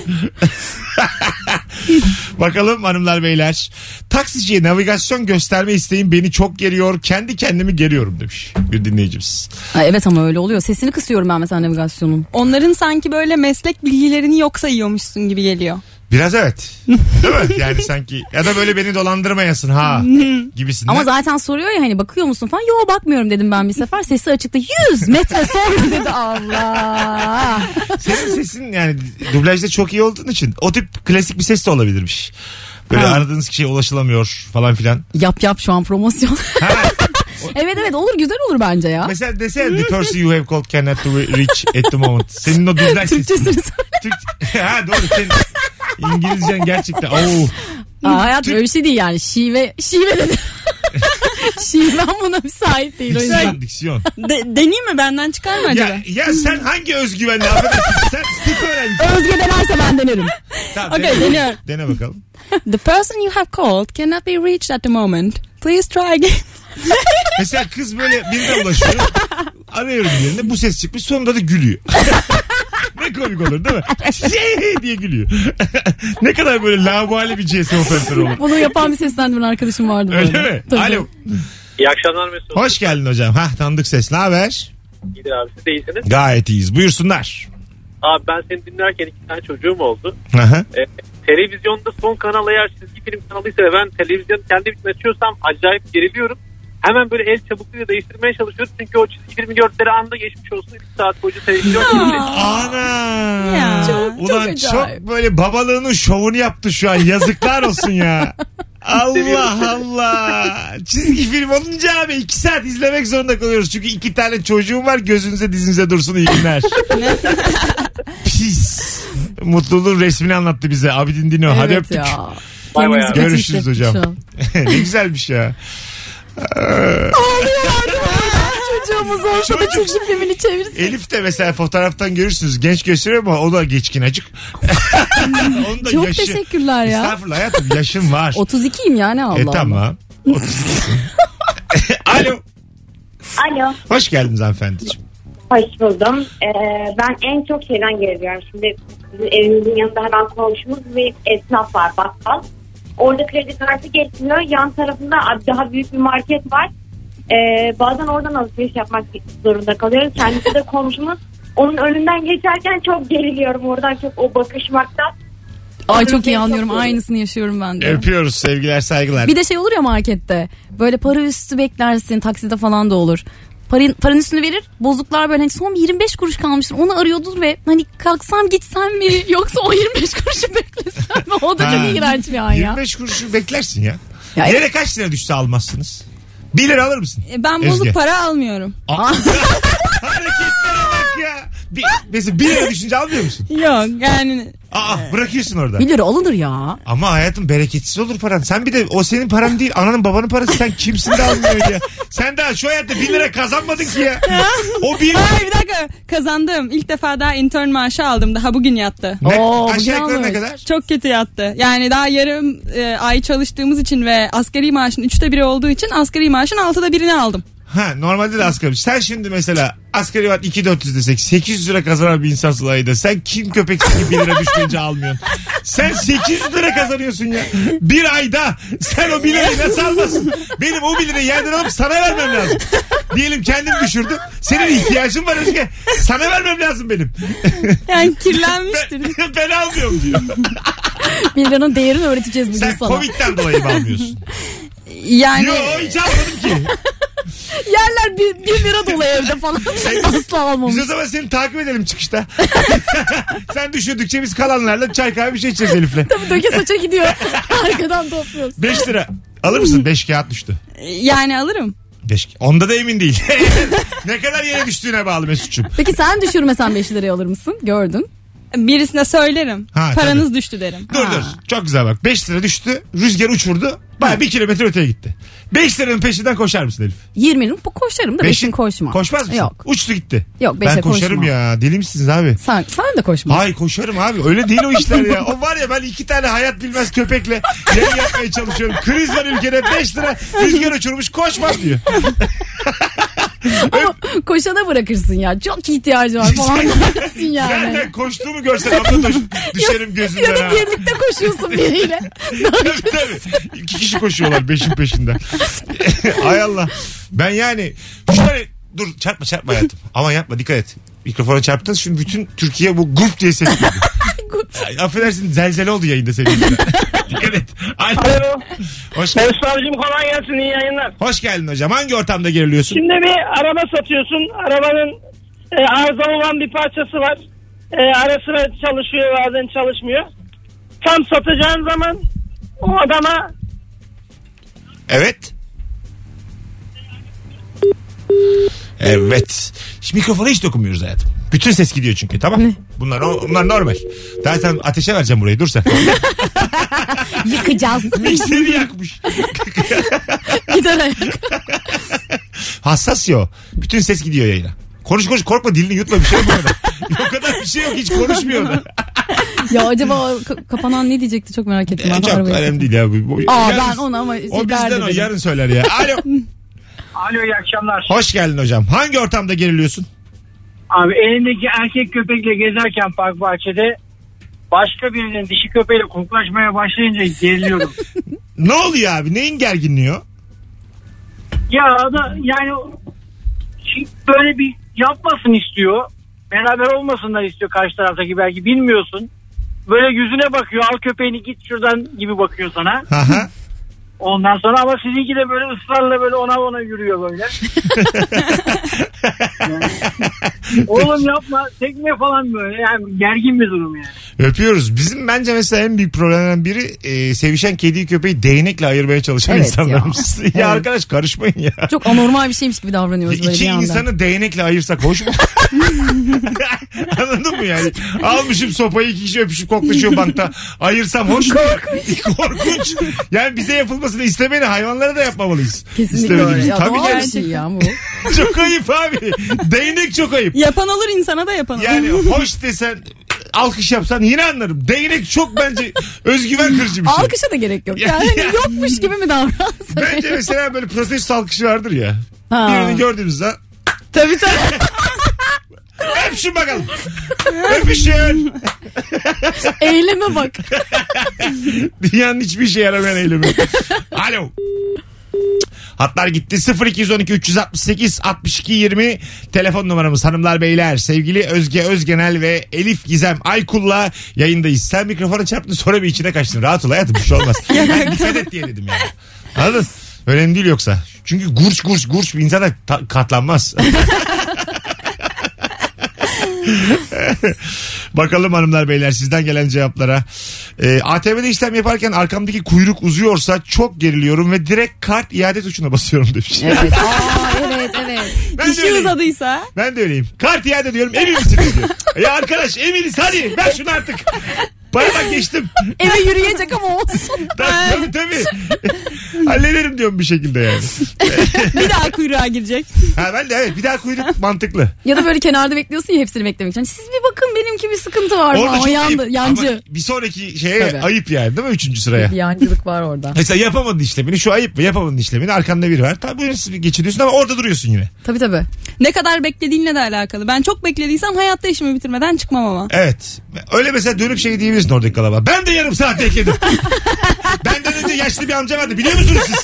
Speaker 2: Bakalım hanımlar beyler. Taksiciye navigasyon gösterme isteğim beni çok geriyor. Kendi kendimi geriyorum demiş bir dinleyicimiz.
Speaker 3: Ha, evet ama öyle oluyor. Sesini kısıyorum ben mesela navigasyonun.
Speaker 4: Onların sanki böyle meslek bilgilerini yok sayıyormuşsun gibi geliyor.
Speaker 2: Biraz evet. Değil mi? Yani sanki ya da böyle beni dolandırmayasın ha gibisin.
Speaker 3: Ama zaten soruyor ya hani bakıyor musun falan. Yo bakmıyorum dedim ben bir sefer. Sesi açıktı. 100 metre sonra *laughs* dedi Allah.
Speaker 2: Senin sesin yani dublajda çok iyi olduğun için o tip klasik bir ses de olabilirmiş. Böyle aradığınız kişiye ulaşılamıyor falan filan.
Speaker 3: Yap yap şu an promosyon. *laughs*
Speaker 2: Ha,
Speaker 3: evet evet olur güzel olur bence ya. *laughs*
Speaker 2: mesela desene the person you have called cannot re- reach at the moment. Senin o dublaj sesi. *laughs*
Speaker 3: Türkçesini söyle.
Speaker 2: Türk- ha doğru senin. İngilizcen gerçekten. Oo.
Speaker 3: Aa, hayat öyle bir şey değil yani. Şive, şive dedi. *laughs* Şiven buna müsait değil. O yüzden.
Speaker 2: Diksiyon, diksiyon.
Speaker 4: De, deneyeyim mi benden çıkar mı acaba?
Speaker 2: Ya, ya sen hangi özgüvenle affedersin? Sen stik öğrencisin.
Speaker 3: Özge denerse ben denerim.
Speaker 2: Tamam,
Speaker 4: Okey,
Speaker 2: dene,
Speaker 4: deniyorum.
Speaker 2: dene bakalım.
Speaker 4: The person you have called cannot be reached at the moment. Please try again.
Speaker 2: Mesela kız böyle birine ulaşıyor. Arıyorum yerine bu ses çıkmış sonunda da gülüyor. *laughs* ne komik olur değil mi? Şey diye gülüyor. *laughs* ne kadar böyle lavabali bir CS operatörü olur.
Speaker 3: Bunu yapan bir seslendirme arkadaşım vardı.
Speaker 2: Öyle
Speaker 3: böyle.
Speaker 2: mi?
Speaker 3: Tabii.
Speaker 2: Alo.
Speaker 8: İyi akşamlar Mesut.
Speaker 2: Hoş geldin hocam. Hah tanıdık ses. Ne haber?
Speaker 8: İyidir abi siz de iyisiniz.
Speaker 2: Gayet iyiyiz. Buyursunlar.
Speaker 8: Abi ben seni dinlerken iki tane çocuğum oldu.
Speaker 2: Aha.
Speaker 8: E, televizyonda son kanal eğer çizgi film kanalıysa ve ben televizyon kendi için açıyorsam acayip geriliyorum. Hemen böyle el çabukluğuyla değiştirmeye çalışıyorum. Çünkü o çizgi filmi gördükleri anda geçmiş olsun. 3 saat boyunca televizyon izleyeceğim.
Speaker 2: Ana.
Speaker 4: Ya,
Speaker 3: çok- çok
Speaker 2: Ulan çok,
Speaker 3: acayip.
Speaker 2: böyle babalığının şovunu yaptı şu an. Yazıklar olsun ya.
Speaker 8: Seviyorum seni.
Speaker 2: Allah Allah. Çizgi film olunca abi iki saat izlemek zorunda kalıyoruz. Çünkü iki tane çocuğum var gözünüze dizinize dursun iyi
Speaker 3: *laughs*
Speaker 2: günler. Pis. Mutluluğun resmini anlattı bize. Abidin Dino. Hadi
Speaker 3: Evet
Speaker 2: öptük.
Speaker 3: ya.
Speaker 8: Bay bay
Speaker 3: Kendimizi
Speaker 8: abi.
Speaker 3: kötü
Speaker 2: Görüşürüz
Speaker 3: hissettik
Speaker 2: hocam.
Speaker 3: şu an.
Speaker 2: *laughs* ne güzelmiş ya.
Speaker 3: Çocuğumuz olsa da
Speaker 2: Çocuk-
Speaker 3: çocuk filmini çevirsin.
Speaker 2: Elif de mesela fotoğraftan görürsünüz. Genç gösteriyor ama o da
Speaker 3: *laughs*
Speaker 2: geçkin acık. Onun da
Speaker 3: Çok
Speaker 2: yaşı.
Speaker 3: teşekkürler ya.
Speaker 2: Estağfurullah hayatım
Speaker 3: *laughs*
Speaker 2: yaşım var.
Speaker 3: 32'yim ya ne Allah
Speaker 2: e
Speaker 3: Allah.
Speaker 2: tamam. *laughs* Alo.
Speaker 9: Alo,
Speaker 2: Hoş geldiniz hanımefendiciğim.
Speaker 9: hoş buldum. Ee, ben en çok şeyden geliyorum. Şimdi bizim evimizin yanında hemen komşumuz bir esnaf var, bakkal. Orada kredi kartı geçmiyor. Yan tarafında daha büyük bir market var. Ee, bazen oradan alışveriş yapmak zorunda kalıyoruz. Kendisi de komşumuz. Onun önünden geçerken çok geriliyorum oradan çok o bakışmaktan.
Speaker 3: Ay çok iyi anlıyorum. Aynısını yaşıyorum ben de.
Speaker 2: Öpüyoruz sevgiler saygılar.
Speaker 3: Bir de şey olur ya markette. Böyle para üstü beklersin. Takside falan da olur. Paranın, paranın üstünü verir. Bozuklar böyle hani son bir 25 kuruş kalmıştır. Onu arıyordur ve hani kalksam gitsem mi *laughs* yoksa o 25 kuruşu beklesem mi? O da
Speaker 2: Ha.
Speaker 3: çok iğrenç bir an ya.
Speaker 2: 25 kuruşu beklersin ya.
Speaker 3: Ya
Speaker 2: Yere kaç lira düşse almazsınız. 1 lira alır mısın?
Speaker 4: E, Ben
Speaker 2: Ezgi.
Speaker 4: bozuk para almıyorum.
Speaker 2: Aa. Hareketlere bak ya. Bir, mesela 1 lira düşünce almıyor musun?
Speaker 4: Yok yani
Speaker 2: Aa bırakıyorsun orada.
Speaker 3: 1 lira alınır ya.
Speaker 2: Ama hayatım bereketsiz olur paran. Sen bir de o senin paran değil ananın babanın parası sen kimsin de almıyor ya. Sen daha şu hayatta 1 lira kazanmadın ki ya. O 1
Speaker 4: Hayır bir dakika kazandım. İlk defa daha intern maaşı aldım. Daha bugün yattı.
Speaker 2: ne,
Speaker 3: Oo, bu
Speaker 2: aşağı yukarı ne
Speaker 3: yalnız.
Speaker 2: kadar?
Speaker 4: Çok kötü yattı. Yani daha yarım e, ay çalıştığımız için ve asgari maaşın üçte biri olduğu için asgari maaşın altıda birini aldım.
Speaker 2: Ha, normalde de asgari. Sen şimdi mesela asgari var 2400 desek 800 lira kazanan bir insansın ayda. Sen kim köpeksin ki 1 lira düşmeyince almıyorsun. Sen 800 lira kazanıyorsun ya. Bir ayda sen o 1 lirayı nasıl almasın? Benim o 1 lirayı yerden alıp sana vermem lazım. Diyelim kendim düşürdüm. Senin ihtiyacın var Özge. Sana vermem lazım benim. *laughs*
Speaker 4: Yani kirlenmiştir.
Speaker 2: ben *laughs* almıyorum diyor.
Speaker 3: Bir liranın değerini öğreteceğiz bugün
Speaker 2: Sen
Speaker 3: sana. Hani
Speaker 2: Covid'den dolayı mı
Speaker 3: *laughs*
Speaker 2: almıyorsun?
Speaker 4: Yani
Speaker 2: Yo hiç almadım ki.
Speaker 3: Yerler bir, bir lira dolu evde falan. Asla almamış.
Speaker 2: Biz o zaman seni takip edelim çıkışta. *laughs* Sen düşürdükçe biz kalanlarla çay kahve bir şey içeceğiz Elif'le.
Speaker 3: Döke saça gidiyor. Arkadan topluyoruz.
Speaker 2: 5 lira. Alır mısın? 5 kağıt düştü.
Speaker 4: yani alırım.
Speaker 2: 5 Onda da emin değil. *laughs* ne kadar yere düştüğüne bağlı Mesut'cum.
Speaker 3: Peki sen düşürmesen 5 liraya alır mısın? Gördün.
Speaker 4: Birisine söylerim.
Speaker 2: Ha,
Speaker 4: Paranız düştü derim.
Speaker 2: Dur dur. Çok güzel bak. 5 lira düştü. Rüzgar uçurdu. Baya bir kilometre öteye gitti. 5 liranın peşinden koşar mısın Elif?
Speaker 3: 20'nin bu koşarım da 5'in koşma.
Speaker 2: Koşmaz mısın?
Speaker 3: Yok.
Speaker 2: Uçtu gitti.
Speaker 3: Yok, beşe
Speaker 2: Ben koşarım
Speaker 3: koşma.
Speaker 2: ya. Deli misiniz abi?
Speaker 3: Sen, sen de koşma.
Speaker 2: Ay koşarım abi. Öyle değil o işler ya. O var ya ben iki tane hayat bilmez köpekle yayın yapmaya çalışıyorum. Kriz var ülkede 5 lira rüzgar uçurmuş koşmaz diyor.
Speaker 3: Ama koşana bırakırsın ya. Çok ihtiyacı var falan dersin yani.
Speaker 2: Zaten koştuğumu görsen abla düş- düşerim
Speaker 3: Ya
Speaker 2: gözünden
Speaker 3: da
Speaker 2: ha.
Speaker 3: birlikte koşuyorsun biriyle.
Speaker 2: Tabii tabii. İki kişi koşuyorlar beşin peşinden. *laughs* Ay Allah. Ben yani şöyle dur çarpma çarpma hayatım. Ama yapma dikkat et. Mikrofona çarptın şimdi bütün Türkiye bu grup diye ses geldi. Ay, Affedersin zelzele oldu yayında senin yüzünden. dikkat et. Ay,
Speaker 10: Alo.
Speaker 2: hoş,
Speaker 10: Mesut abicim kolay gelsin iyi yayınlar.
Speaker 2: hoş geldin hocam. Hangi ortamda geriliyorsun?
Speaker 10: Şimdi bir araba satıyorsun. Arabanın e, arıza olan bir parçası var. E, ara sıra çalışıyor bazen çalışmıyor. Tam satacağın zaman o adama
Speaker 2: Evet. Evet. Şimdi mikrofona hiç dokunmuyoruz hayatım. Bütün ses gidiyor çünkü tamam. Bunlar, bunlar normal. Zaten ateşe vereceğim burayı
Speaker 3: *laughs*
Speaker 2: dur sen.
Speaker 3: *laughs* Yıkacağız.
Speaker 2: Mikseri yakmış.
Speaker 3: Gider ayak.
Speaker 2: Hassas ya o. Bütün ses gidiyor yayına. Konuş konuş korkma dilini yutma bir şey yok orada. *laughs* o kadar bir şey yok hiç konuşmuyor
Speaker 3: *laughs*
Speaker 2: da.
Speaker 3: Ya acaba o ka- kapanan ne diyecekti çok merak ettim. ben
Speaker 2: E, Çok
Speaker 3: arabayı.
Speaker 2: önemli değil ya. Bu, bu-
Speaker 3: Aa
Speaker 2: yarın-
Speaker 3: ben ona ama
Speaker 2: O bizden o
Speaker 3: derdi
Speaker 2: yarın söyler ya.
Speaker 3: *laughs*
Speaker 2: Alo.
Speaker 6: Alo iyi akşamlar.
Speaker 2: Hoş geldin hocam. Hangi ortamda geriliyorsun?
Speaker 6: Abi elindeki erkek köpekle gezerken park bahçede başka birinin dişi köpeğiyle koklaşmaya başlayınca geriliyorum.
Speaker 2: Ne oluyor abi? Neyin gerginliği o?
Speaker 6: ya da yani şimdi böyle bir yapmasın istiyor. Beraber olmasınlar istiyor karşı taraftaki belki bilmiyorsun. Böyle yüzüne bakıyor al köpeğini git şuradan gibi bakıyor sana.
Speaker 2: Aha.
Speaker 6: Ondan sonra ama sizinki de böyle ısrarla böyle ona ona yürüyor böyle. Oğlum yapma tekme falan böyle yani gergin bir durum yani.
Speaker 2: Öpüyoruz. Bizim bence mesela en büyük problemlerden biri e, sevişen kediyi köpeği değnekle ayırmaya çalışan
Speaker 3: Evet
Speaker 2: insanlarımız. *laughs* Ya,
Speaker 3: ya. Evet.
Speaker 2: arkadaş karışmayın ya.
Speaker 3: Çok anormal bir şeymiş gibi davranıyoruz böyle
Speaker 2: İki
Speaker 3: bir anda.
Speaker 2: insanı değnekle ayırsak hoş mu? *laughs* Anladın mı yani? Almışım sopayı iki kişi öpüşüp koklaşıyor bankta. Ayırsam hoş mu? *laughs* Korkunç. Yani bize yapılmasını istemeyeni hayvanlara da yapmamalıyız.
Speaker 3: Kesinlikle
Speaker 2: İstemediğimiz.
Speaker 3: öyle. Ya,
Speaker 2: Tabii
Speaker 3: doğal bir
Speaker 2: canım.
Speaker 3: şey ya bu.
Speaker 2: Çok ayıp abi. Değnek çok ayıp.
Speaker 4: Yapan olur insana da yapan olur.
Speaker 2: Yani hoş desen alkış yapsan yine anlarım. Değnek çok bence özgüven kırıcı bir şey.
Speaker 3: Alkışa da gerek yok. Yani
Speaker 2: Ya.
Speaker 3: yokmuş gibi mi
Speaker 2: *laughs*
Speaker 3: davransın?
Speaker 2: Bence mesela böyle protesto alkışı vardır ya.
Speaker 3: Ha.
Speaker 2: Birini gördüğümüz zaman
Speaker 3: Tabii tabii.
Speaker 2: öpüşün bakalım. öpüşün.
Speaker 3: Eyleme bak.
Speaker 2: *laughs* Dünyanın hiçbir işe yaramayan eylemi. Alo. Hatlar gitti 0212 368 62 20 telefon numaramız hanımlar beyler sevgili Özge Özgenel ve Elif Gizem Aykul'la yayındayız. Sen mikrofona çarptın sonra bir içine kaçtın rahat ol hayatım bir şey olmaz. Ben dikkat et diye dedim yani. Anladın? Önemli değil yoksa. Çünkü gurç gurç gurç bir insana ta- katlanmaz. *laughs* Bakalım hanımlar beyler sizden gelen cevaplara. Ee, ATM'de işlem yaparken arkamdaki kuyruk uzuyorsa çok geriliyorum ve direkt kart iade tuşuna basıyorum demiş.
Speaker 3: Evet. Aa, evet evet.
Speaker 2: ben, de
Speaker 4: İşi
Speaker 2: öyleyim.
Speaker 4: uzadıysa
Speaker 2: ben de öyleyim. Kart iade diyorum emin misiniz diyor. ya arkadaş eminiz hadi ver şunu artık. Bana bak geçtim.
Speaker 3: Eve yürüyecek ama *laughs* olsun.
Speaker 2: tabii tabii. tabii. Hallederim diyorum bir şekilde yani.
Speaker 4: bir daha kuyruğa girecek.
Speaker 2: Ha, ben de evet bir daha kuyruk mantıklı.
Speaker 3: Ya da böyle kenarda bekliyorsun ya hepsini beklemek için. Hani Siz bir bakın Kesin benimki bir sıkıntı var.
Speaker 2: Orada
Speaker 3: Orada o
Speaker 2: çok
Speaker 3: yandı,
Speaker 2: ayıp.
Speaker 3: yancı.
Speaker 2: Ama bir sonraki şeye
Speaker 11: Tabii.
Speaker 2: ayıp yani değil mi? Üçüncü sıraya.
Speaker 11: Bir yancılık var orada.
Speaker 2: Mesela yapamadın işlemini şu ayıp mı? Yapamadın işlemini arkanda biri var. Tabii buyurun siz geçiriyorsun ama orada duruyorsun yine.
Speaker 3: Tabii tabii.
Speaker 4: Ne kadar beklediğinle de alakalı. Ben çok beklediysem hayatta işimi bitirmeden çıkmam ama.
Speaker 2: Evet. Öyle mesela dönüp şey diyebilirsin oradaki kalabalığa. Ben de yarım saat bekledim. Benden önce yaşlı bir amca vardı biliyor musunuz siz?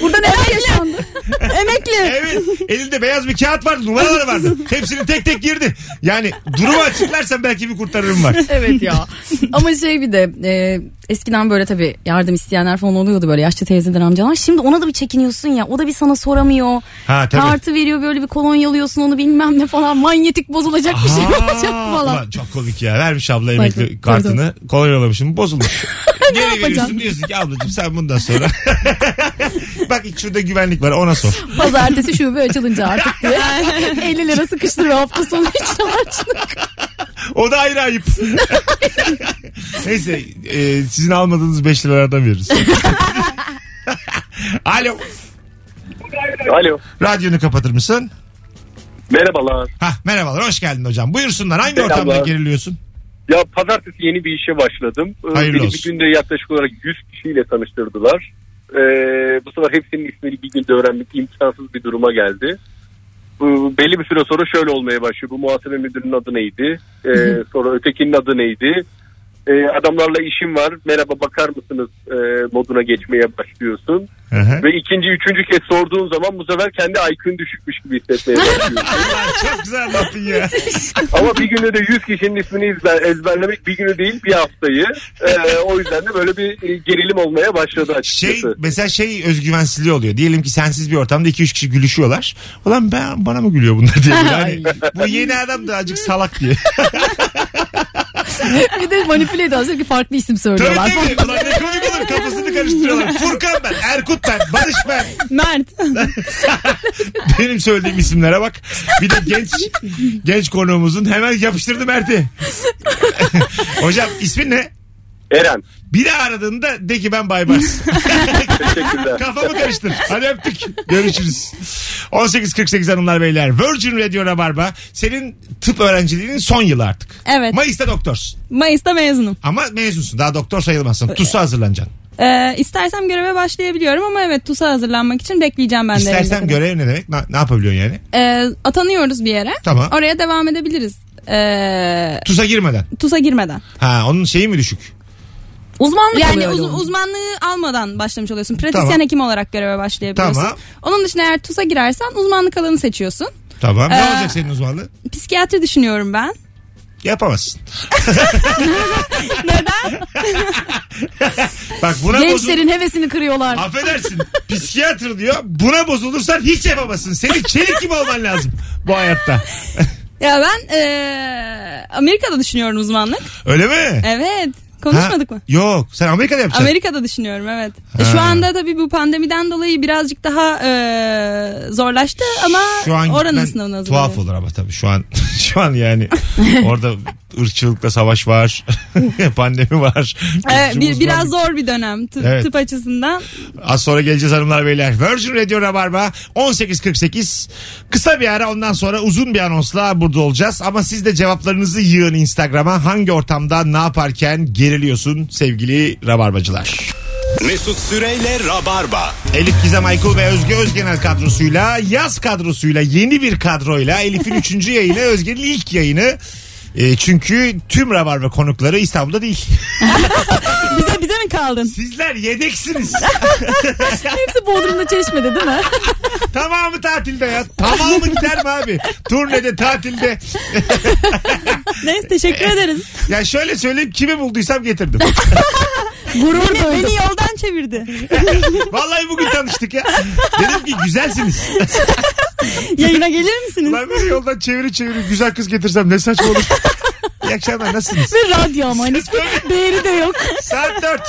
Speaker 3: Burada neler yaşandı?
Speaker 4: Emekli.
Speaker 2: Evet. Elinde beyaz bir kağıt vardı. Numaraları vardı. Hepsini tek tek girdi. Yani durumu açıklarsan belki bir kurtarırım var.
Speaker 3: evet ya. Ama şey bir de e, eskiden böyle tabii yardım isteyenler falan oluyordu böyle yaşlı teyzeler amcalar. Şimdi ona da bir çekiniyorsun ya. O da bir sana soramıyor.
Speaker 2: Ha tabii.
Speaker 3: Kartı veriyor böyle bir kolonyalıyorsun onu bilmem ne falan. Manyetik bozulacak bir şey
Speaker 2: Aa,
Speaker 3: olacak falan.
Speaker 2: ulan çok komik ya. Vermiş abla
Speaker 3: Saygı,
Speaker 2: emekli kartını.
Speaker 3: *laughs*
Speaker 2: Kolonyalamışım bozulmuş. Geri veriyorsun
Speaker 3: yapacaksın?
Speaker 2: diyorsun ki ablacığım sen bundan sonra. *laughs* Bak şurada güvenlik var ona sor.
Speaker 3: Pazartesi şube açılınca artık diye. 50 lira sıkıştı ve hafta sonu hiç harçlık.
Speaker 2: O da
Speaker 3: *laughs*
Speaker 2: ayrı ayıp. Neyse e, sizin almadığınız 5 liralardan
Speaker 3: *laughs*
Speaker 2: veririz. Alo.
Speaker 5: Alo.
Speaker 2: Radyonu kapatır mısın?
Speaker 5: Merhabalar.
Speaker 2: Hah merhabalar hoş geldin hocam. Buyursunlar hangi
Speaker 5: Merhaba.
Speaker 2: ortamda geriliyorsun?
Speaker 5: Ya pazartesi yeni bir işe başladım. Ee,
Speaker 2: Hayırlı
Speaker 5: Beni bir
Speaker 2: olsun.
Speaker 5: günde yaklaşık olarak 100 kişiyle tanıştırdılar. Ee, bu sefer hepsinin ismini bir günde öğrenmek imkansız bir duruma geldi. Bu belli bir süre sonra şöyle olmaya başlıyor. Bu muhasebe müdürünün adı neydi? Ee, sonra ötekinin adı neydi? Ee, adamlarla işim var. Merhaba bakar mısınız? Ee, moduna geçmeye başlıyorsun.
Speaker 2: Hı hı.
Speaker 5: Ve ikinci, üçüncü kez sorduğun zaman bu sefer kendi IQ'un düşükmüş gibi hissetmeye
Speaker 2: *laughs*
Speaker 5: başlıyorsun.
Speaker 2: Ulan Çok güzel anlattın ya.
Speaker 5: Ama bir günde de 100 kişinin ismini izler, ezberlemek bir günü değil bir haftayı. Ee, o yüzden de böyle bir e, gerilim olmaya başladı
Speaker 2: Şey
Speaker 5: açıkçası.
Speaker 2: mesela şey özgüvensizliği oluyor. Diyelim ki sensiz bir ortamda 2-3 kişi gülüşüyorlar. Ulan ben bana mı gülüyor bunlar diye. Yani, bu yeni adam da acık salak diye.
Speaker 3: bir de manipüle ediyorlar. Sürekli farklı isim
Speaker 2: Tabii
Speaker 3: söylüyorlar.
Speaker 2: tabii. Ulan ne komik olur kafasını karıştırıyorlar. Furkan ben, Erkut ben, Barış ben. *laughs*
Speaker 4: Mert.
Speaker 2: Benim söylediğim isimlere bak. Bir de genç genç konuğumuzun hemen yapıştırdı Mert'i. Hocam ismin ne?
Speaker 5: Eren
Speaker 2: Bir de aradığında de ki ben Baybars.
Speaker 5: teşekkürler.
Speaker 2: Kafamı karıştır. Hadi öptük. Görüşürüz. 18.48 hanımlar beyler. Virgin Radio Rabarba senin tıp öğrenciliğinin son yılı artık.
Speaker 4: Evet.
Speaker 2: Mayıs'ta doktorsun.
Speaker 4: Mayıs'ta mezunum.
Speaker 2: Ama mezunsun. Daha doktor sayılmazsın. TUS'a hazırlanacaksın.
Speaker 4: Ee, istersem göreve başlayabiliyorum ama evet TUS'a hazırlanmak için bekleyeceğim ben de. evine
Speaker 2: İstersen
Speaker 4: kadar.
Speaker 2: görev ne demek? Ne, ne yapabiliyorsun yani?
Speaker 4: Ee, atanıyoruz bir yere.
Speaker 2: Tamam.
Speaker 4: Oraya devam edebiliriz. Ee,
Speaker 2: TUS'a girmeden.
Speaker 4: TUS'a girmeden.
Speaker 2: Ha onun şeyi mi düşük?
Speaker 3: Uzmanlık
Speaker 4: Yani
Speaker 3: oluyor
Speaker 4: uz-
Speaker 3: öyle olunca.
Speaker 4: uzmanlığı almadan başlamış oluyorsun. Pratisyen
Speaker 2: Tamam.
Speaker 4: hekim olarak göreve başlayabiliyorsun.
Speaker 2: Tamam.
Speaker 4: Onun dışında eğer TUS'a girersen uzmanlık alanı seçiyorsun.
Speaker 2: Tamam. Ne
Speaker 4: Ee,
Speaker 2: olacak senin uzmanlığın?
Speaker 4: Psikiyatri düşünüyorum ben. *laughs*
Speaker 2: Yapamazsın. Neden? Bak buna bozul...
Speaker 3: Gençlerin hevesini kırıyorlar.
Speaker 2: Affedersin. Psikiyatr diyor. Buna bozulursan hiç yapamazsın. Senin çelik gibi olman lazım bu hayatta.
Speaker 4: Ya ben ee, Amerika'da düşünüyorum uzmanlık.
Speaker 2: Öyle mi?
Speaker 4: Evet. Konuşmadık
Speaker 2: Ha,
Speaker 4: mı?
Speaker 2: Yok. Sen Amerika'da yapacaksın.
Speaker 4: Amerika'da düşünüyorum evet. E,
Speaker 2: Ha.
Speaker 4: Şu anda tabii bu pandemiden dolayı birazcık daha ee, zorlaştı ama
Speaker 2: Şu an
Speaker 4: oranın
Speaker 2: gitmen
Speaker 4: sınavına hazırlanıyor.
Speaker 2: tuhaf olur ama tabii şu an *laughs* şu an yani orada ırkçılıkla
Speaker 4: *laughs*
Speaker 2: savaş var *laughs* pandemi var
Speaker 4: Evet,
Speaker 2: Bizim
Speaker 4: E, Ee, bir, biraz
Speaker 2: uzmanlık-
Speaker 4: zor bir dönem tı-
Speaker 2: Evet.
Speaker 4: tıp açısından.
Speaker 2: Az sonra geleceğiz hanımlar beyler. Virgin Radio Rabarba 18.48. Kısa bir ara ondan sonra uzun bir anonsla burada olacağız. Ama siz de cevaplarınızı yığın Instagram'a. Hangi ortamda ne yaparken geriliyorsun sevgili Rabarbacılar.
Speaker 1: Mesut Süreyle Rabarba.
Speaker 2: Elif Gizem Aykul ve Özge Özgenel kadrosuyla yaz kadrosuyla yeni bir kadroyla Elif'in 3. yayını Özge'nin ilk yayını. E, çünkü tüm Rabarba konukları İstanbul'da değil. *laughs*
Speaker 4: Bize bize mi kaldın?
Speaker 2: Sizler yedeksiniz.
Speaker 3: Hepsi Bodrum'da çeşmede değil mi?
Speaker 2: Tamamı tatilde ya. Tamamı gider mi abi? Turnede, tatilde.
Speaker 4: *laughs* Neyse teşekkür ederiz.
Speaker 2: Ya şöyle söyleyeyim kimi bulduysam getirdim. *laughs*
Speaker 3: Gurur
Speaker 4: Beni
Speaker 3: duydum.
Speaker 4: yoldan çevirdi.
Speaker 2: Vallahi bugün tanıştık ya. Dedim ki güzelsiniz.
Speaker 4: Yayına gelir misiniz?
Speaker 2: Ben böyle yoldan çeviri çeviri güzel kız getirsem ne saçma olur. İyi akşamlar nasılsınız?
Speaker 3: *laughs* Ve radyo ama hani hiçbir değeri de yok.
Speaker 2: Saat 4.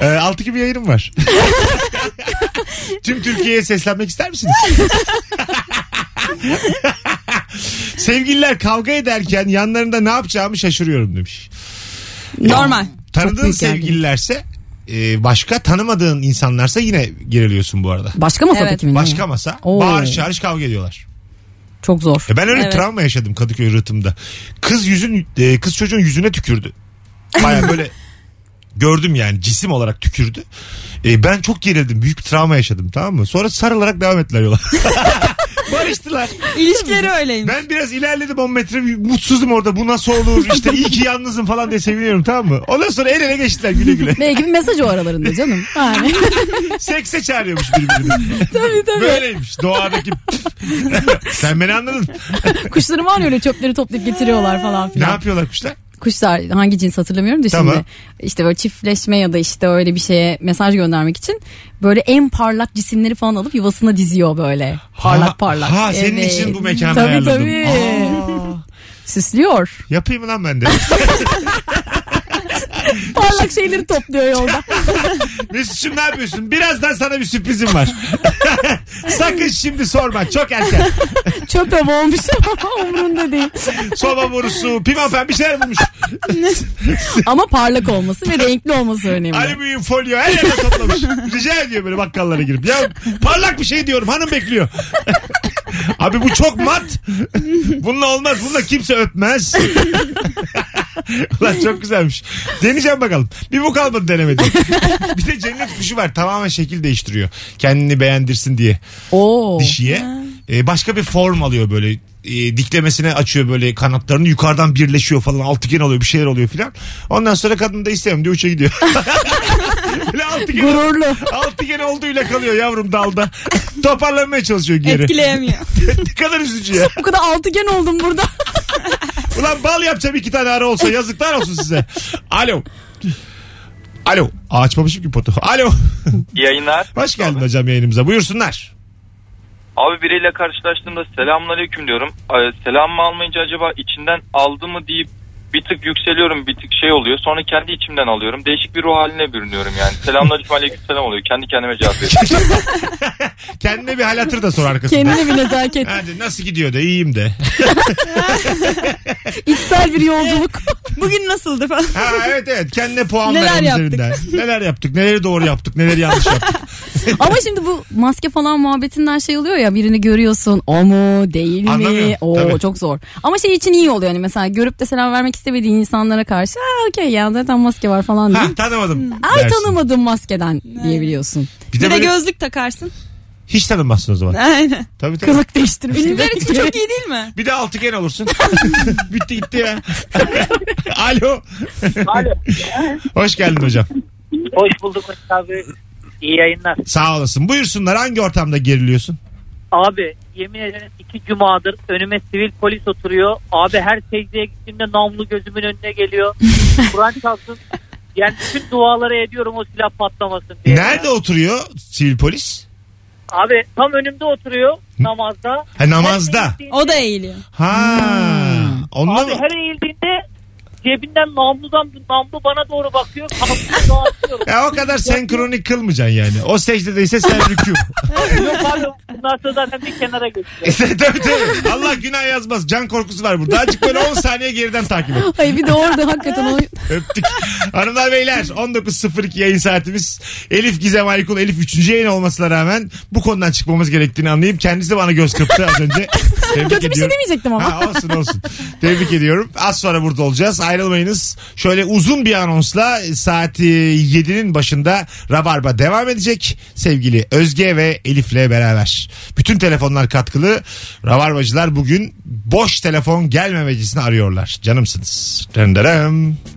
Speaker 2: Ee, 6 gibi yayınım var. Tüm Türkiye'ye seslenmek ister misiniz? *laughs* Sevgililer kavga ederken yanlarında ne yapacağımı şaşırıyorum demiş.
Speaker 4: Normal.
Speaker 3: Çok
Speaker 2: Tanıdığın
Speaker 3: büyük gerginlik.
Speaker 2: sevgililerse e, başka tanımadığın insanlarsa yine geriliyorsun bu arada.
Speaker 3: Başka masada
Speaker 4: Evet.
Speaker 3: kimin?
Speaker 2: Başka masa
Speaker 3: Oo.
Speaker 2: bağırış çağırış kavga ediyorlar.
Speaker 3: Çok zor.
Speaker 2: E ben öyle
Speaker 4: Evet.
Speaker 2: travma yaşadım Kadıköy rıtımda. Kız yüzün e, kız çocuğun yüzüne tükürdü. Baya böyle gördüm yani cisim olarak tükürdü. E, ben çok gerildim. Büyük bir travma yaşadım tamam mı? Sonra sarılarak devam ettiler yola. *laughs* Barıştılar.
Speaker 4: İlişkileri öyleymiş.
Speaker 2: Ben biraz ilerledim 10 metre mutsuzum orada bu nasıl olur işte iyi ki yalnızım falan diye seviniyorum tamam mı? Ondan sonra el ele geçtiler
Speaker 3: *laughs*
Speaker 2: güle güle.
Speaker 3: Belki bir mesaj o aralarında *laughs* canım. Yani.
Speaker 2: Sekse çağırıyormuş birbirini.
Speaker 3: tabii tabii.
Speaker 2: Böyleymiş doğadaki. *laughs* Sen beni anladın.
Speaker 3: Kuşların var ya öyle çöpleri toplayıp getiriyorlar falan
Speaker 2: Ne
Speaker 3: filan.
Speaker 2: yapıyorlar kuşlar?
Speaker 3: Kuşlar hangi cins hatırlamıyorum da
Speaker 2: Tamam.
Speaker 3: şimdi. İşte böyle çiftleşme ya da işte öyle bir şeye mesaj göndermek için böyle en parlak cisimleri falan alıp yuvasına diziyor böyle. Parlak
Speaker 2: Ha-
Speaker 3: parlak.
Speaker 2: Ha senin
Speaker 3: Evet.
Speaker 2: için bu mekanı
Speaker 3: tabii,
Speaker 2: ayarladım.
Speaker 3: Tabii
Speaker 2: Aa,
Speaker 3: Süslüyor.
Speaker 2: yapayım mı
Speaker 3: *laughs*
Speaker 2: lan ben de.
Speaker 3: Parlak şeyleri topluyor
Speaker 2: *laughs*
Speaker 3: yolda.
Speaker 2: Mesut'cum ne yapıyorsun? Birazdan sana bir
Speaker 3: *laughs*
Speaker 2: sürprizim var. Sakın şimdi sorma. Çok erken.
Speaker 3: Çöp ev olmuş *laughs* ama umurunda değil.
Speaker 2: Soba borusu, pimapen bir şeyler bulmuş.
Speaker 3: Ama parlak olması ve renkli olması önemli.
Speaker 2: Alüminyum folyo her yerde toplamış. Rica ediyor böyle bakkallara girip. Ya parlak bir şey diyorum hanım bekliyor. *laughs* Abi bu çok mat. Bununla olmaz. Bununla kimse öpmez. *laughs* Ulan çok güzelmiş. Deneyeceğim bakalım. Bir bu kalmadı denemedim. *laughs* bir de cennet kuşu var. Tamamen şekil değiştiriyor. Kendini beğendirsin diye
Speaker 3: Oo.
Speaker 2: dişiye. Ee, başka bir form alıyor böyle. Ee, diklemesine açıyor böyle kanatlarını yukarıdan birleşiyor falan altıgen oluyor bir şeyler oluyor filan. Ondan sonra kadın da istemem diyor uça gidiyor. *laughs* Böyle altıgen,
Speaker 3: Gururlu.
Speaker 2: altıgen olduğuyla kalıyor yavrum dalda. *laughs* Toparlanmaya çalışıyor geri.
Speaker 4: Etkileyemiyor.
Speaker 2: *laughs* ne kadar üzücü ya.
Speaker 3: Bu kadar altıgen oldum burada.
Speaker 2: Ulan bal yapacağım iki tane ara olsa yazıklar olsun size. Alo. Alo. Aa, Açmamışım ki potu. Alo. *laughs*
Speaker 11: yayınlar.
Speaker 2: Hoş geldin hocam yayınımıza. Buyursunlar.
Speaker 11: Abi biriyle karşılaştığımda selamünaleyküm diyorum. Ee, Selam mı almayınca acaba içinden aldı mı deyip bir tık yükseliyorum bir tık şey oluyor. Sonra kendi içimden alıyorum. Değişik bir ruh haline bürünüyorum yani. Selamünaleyküm aleyküm selam oluyor. Kendi kendime cevap veriyorum.
Speaker 2: Kendine bir hal hatır da sor arkasında.
Speaker 3: Kendine bir nezaket.
Speaker 2: Hadi nasıl gidiyor de iyiyim de.
Speaker 3: İçsel bir
Speaker 2: *laughs*
Speaker 3: yolculuk.
Speaker 4: Bugün nasıldı falan.
Speaker 2: Ha evet evet kendine puan
Speaker 4: Neler
Speaker 2: veren
Speaker 4: yaptık?
Speaker 2: üzerinden. Neler yaptık? Neleri doğru yaptık? Neleri yanlış yaptık?
Speaker 3: Ama şimdi bu maske falan muhabbetinden şey oluyor ya birini görüyorsun o mu değil
Speaker 2: Anlamıyorum,
Speaker 3: mi? O
Speaker 2: tabii.
Speaker 3: çok zor. Ama şey için iyi oluyor hani mesela görüp de selam vermek istemediğin insanlara karşı "Aa, okey ya zaten maske var falan
Speaker 2: ha
Speaker 3: deyip
Speaker 2: tanımadım.
Speaker 3: ay
Speaker 2: dersin.
Speaker 3: tanımadım maskeden diyebiliyorsun.
Speaker 2: Bir de
Speaker 4: Bir de
Speaker 2: böyle
Speaker 4: gözlük takarsın.
Speaker 2: hiç tanınmazsın o zaman.
Speaker 4: Aynen.
Speaker 2: Tabii tabii.
Speaker 3: Kılık değiştirmiş.
Speaker 4: Ünlüler için çok iyi değil
Speaker 2: *laughs*
Speaker 4: mi?
Speaker 2: Bir de altıgen olursun. Bitti gitti ya. *laughs* Alo.
Speaker 6: Alo.
Speaker 2: Hoş geldin hocam.
Speaker 6: Hoş bulduk Mesut abi. İyi yayınlar.
Speaker 2: Sağ olasın. Buyursunlar hangi ortamda geriliyorsun?
Speaker 6: Abi yemin ederim iki cumadır önüme sivil polis oturuyor. Abi her secdeye gittiğimde namlu gözümün önüne geliyor. Kur'an çalsın. Yani bütün duaları ediyorum o silah patlamasın diye.
Speaker 2: Nerede oturuyor sivil polis?
Speaker 6: Abi tam önümde oturuyor namazda.
Speaker 2: Ha, namazda.
Speaker 6: Her şey
Speaker 4: O da eğiliyor.
Speaker 2: Ha. Onunla
Speaker 6: Hmm. Abi
Speaker 2: mı?
Speaker 6: her eğildiğinde cebinden namludan namlu bana doğru bakıyor.
Speaker 2: *laughs*
Speaker 6: Kalkıp dua atıyorum.
Speaker 2: Ya o kadar senkronik kılmayacaksın yani. O secdedeyse
Speaker 6: *laughs*
Speaker 2: sen rükû.
Speaker 6: Yok abi bundan sonra zaten bir kenara geçiyor.
Speaker 2: *laughs* tabii tabii. Allah günah yazmaz. Can korkusu var burada. Azıcık böyle 10 saniye geriden takip et.
Speaker 3: Ay bir de orada
Speaker 2: *laughs*
Speaker 3: hakikaten o
Speaker 2: Öptük. Hanımlar beyler 19.02 yayın saatimiz. Elif Gizem Aykul Elif 3. yayın olmasına rağmen bu konudan çıkmamız gerektiğini anlayıp kendisi de bana göz kırptı az önce.
Speaker 3: *laughs* kötü
Speaker 2: Tebrik
Speaker 3: bir şey
Speaker 2: ediyorum.
Speaker 3: demeyecektim ama.
Speaker 2: Ha, olsun olsun. Tebrik ediyorum. Az sonra burada olacağız. Ayrılmayınız. Şöyle uzun bir anonsla saati 7'nin başında Rabarba devam edecek. Sevgili Özge ve Elif'le beraber. Bütün telefonlar katkılı. Rabarbacılar bugün boş telefon gelmemecisini arıyorlar. Canımsınız. Dönderem.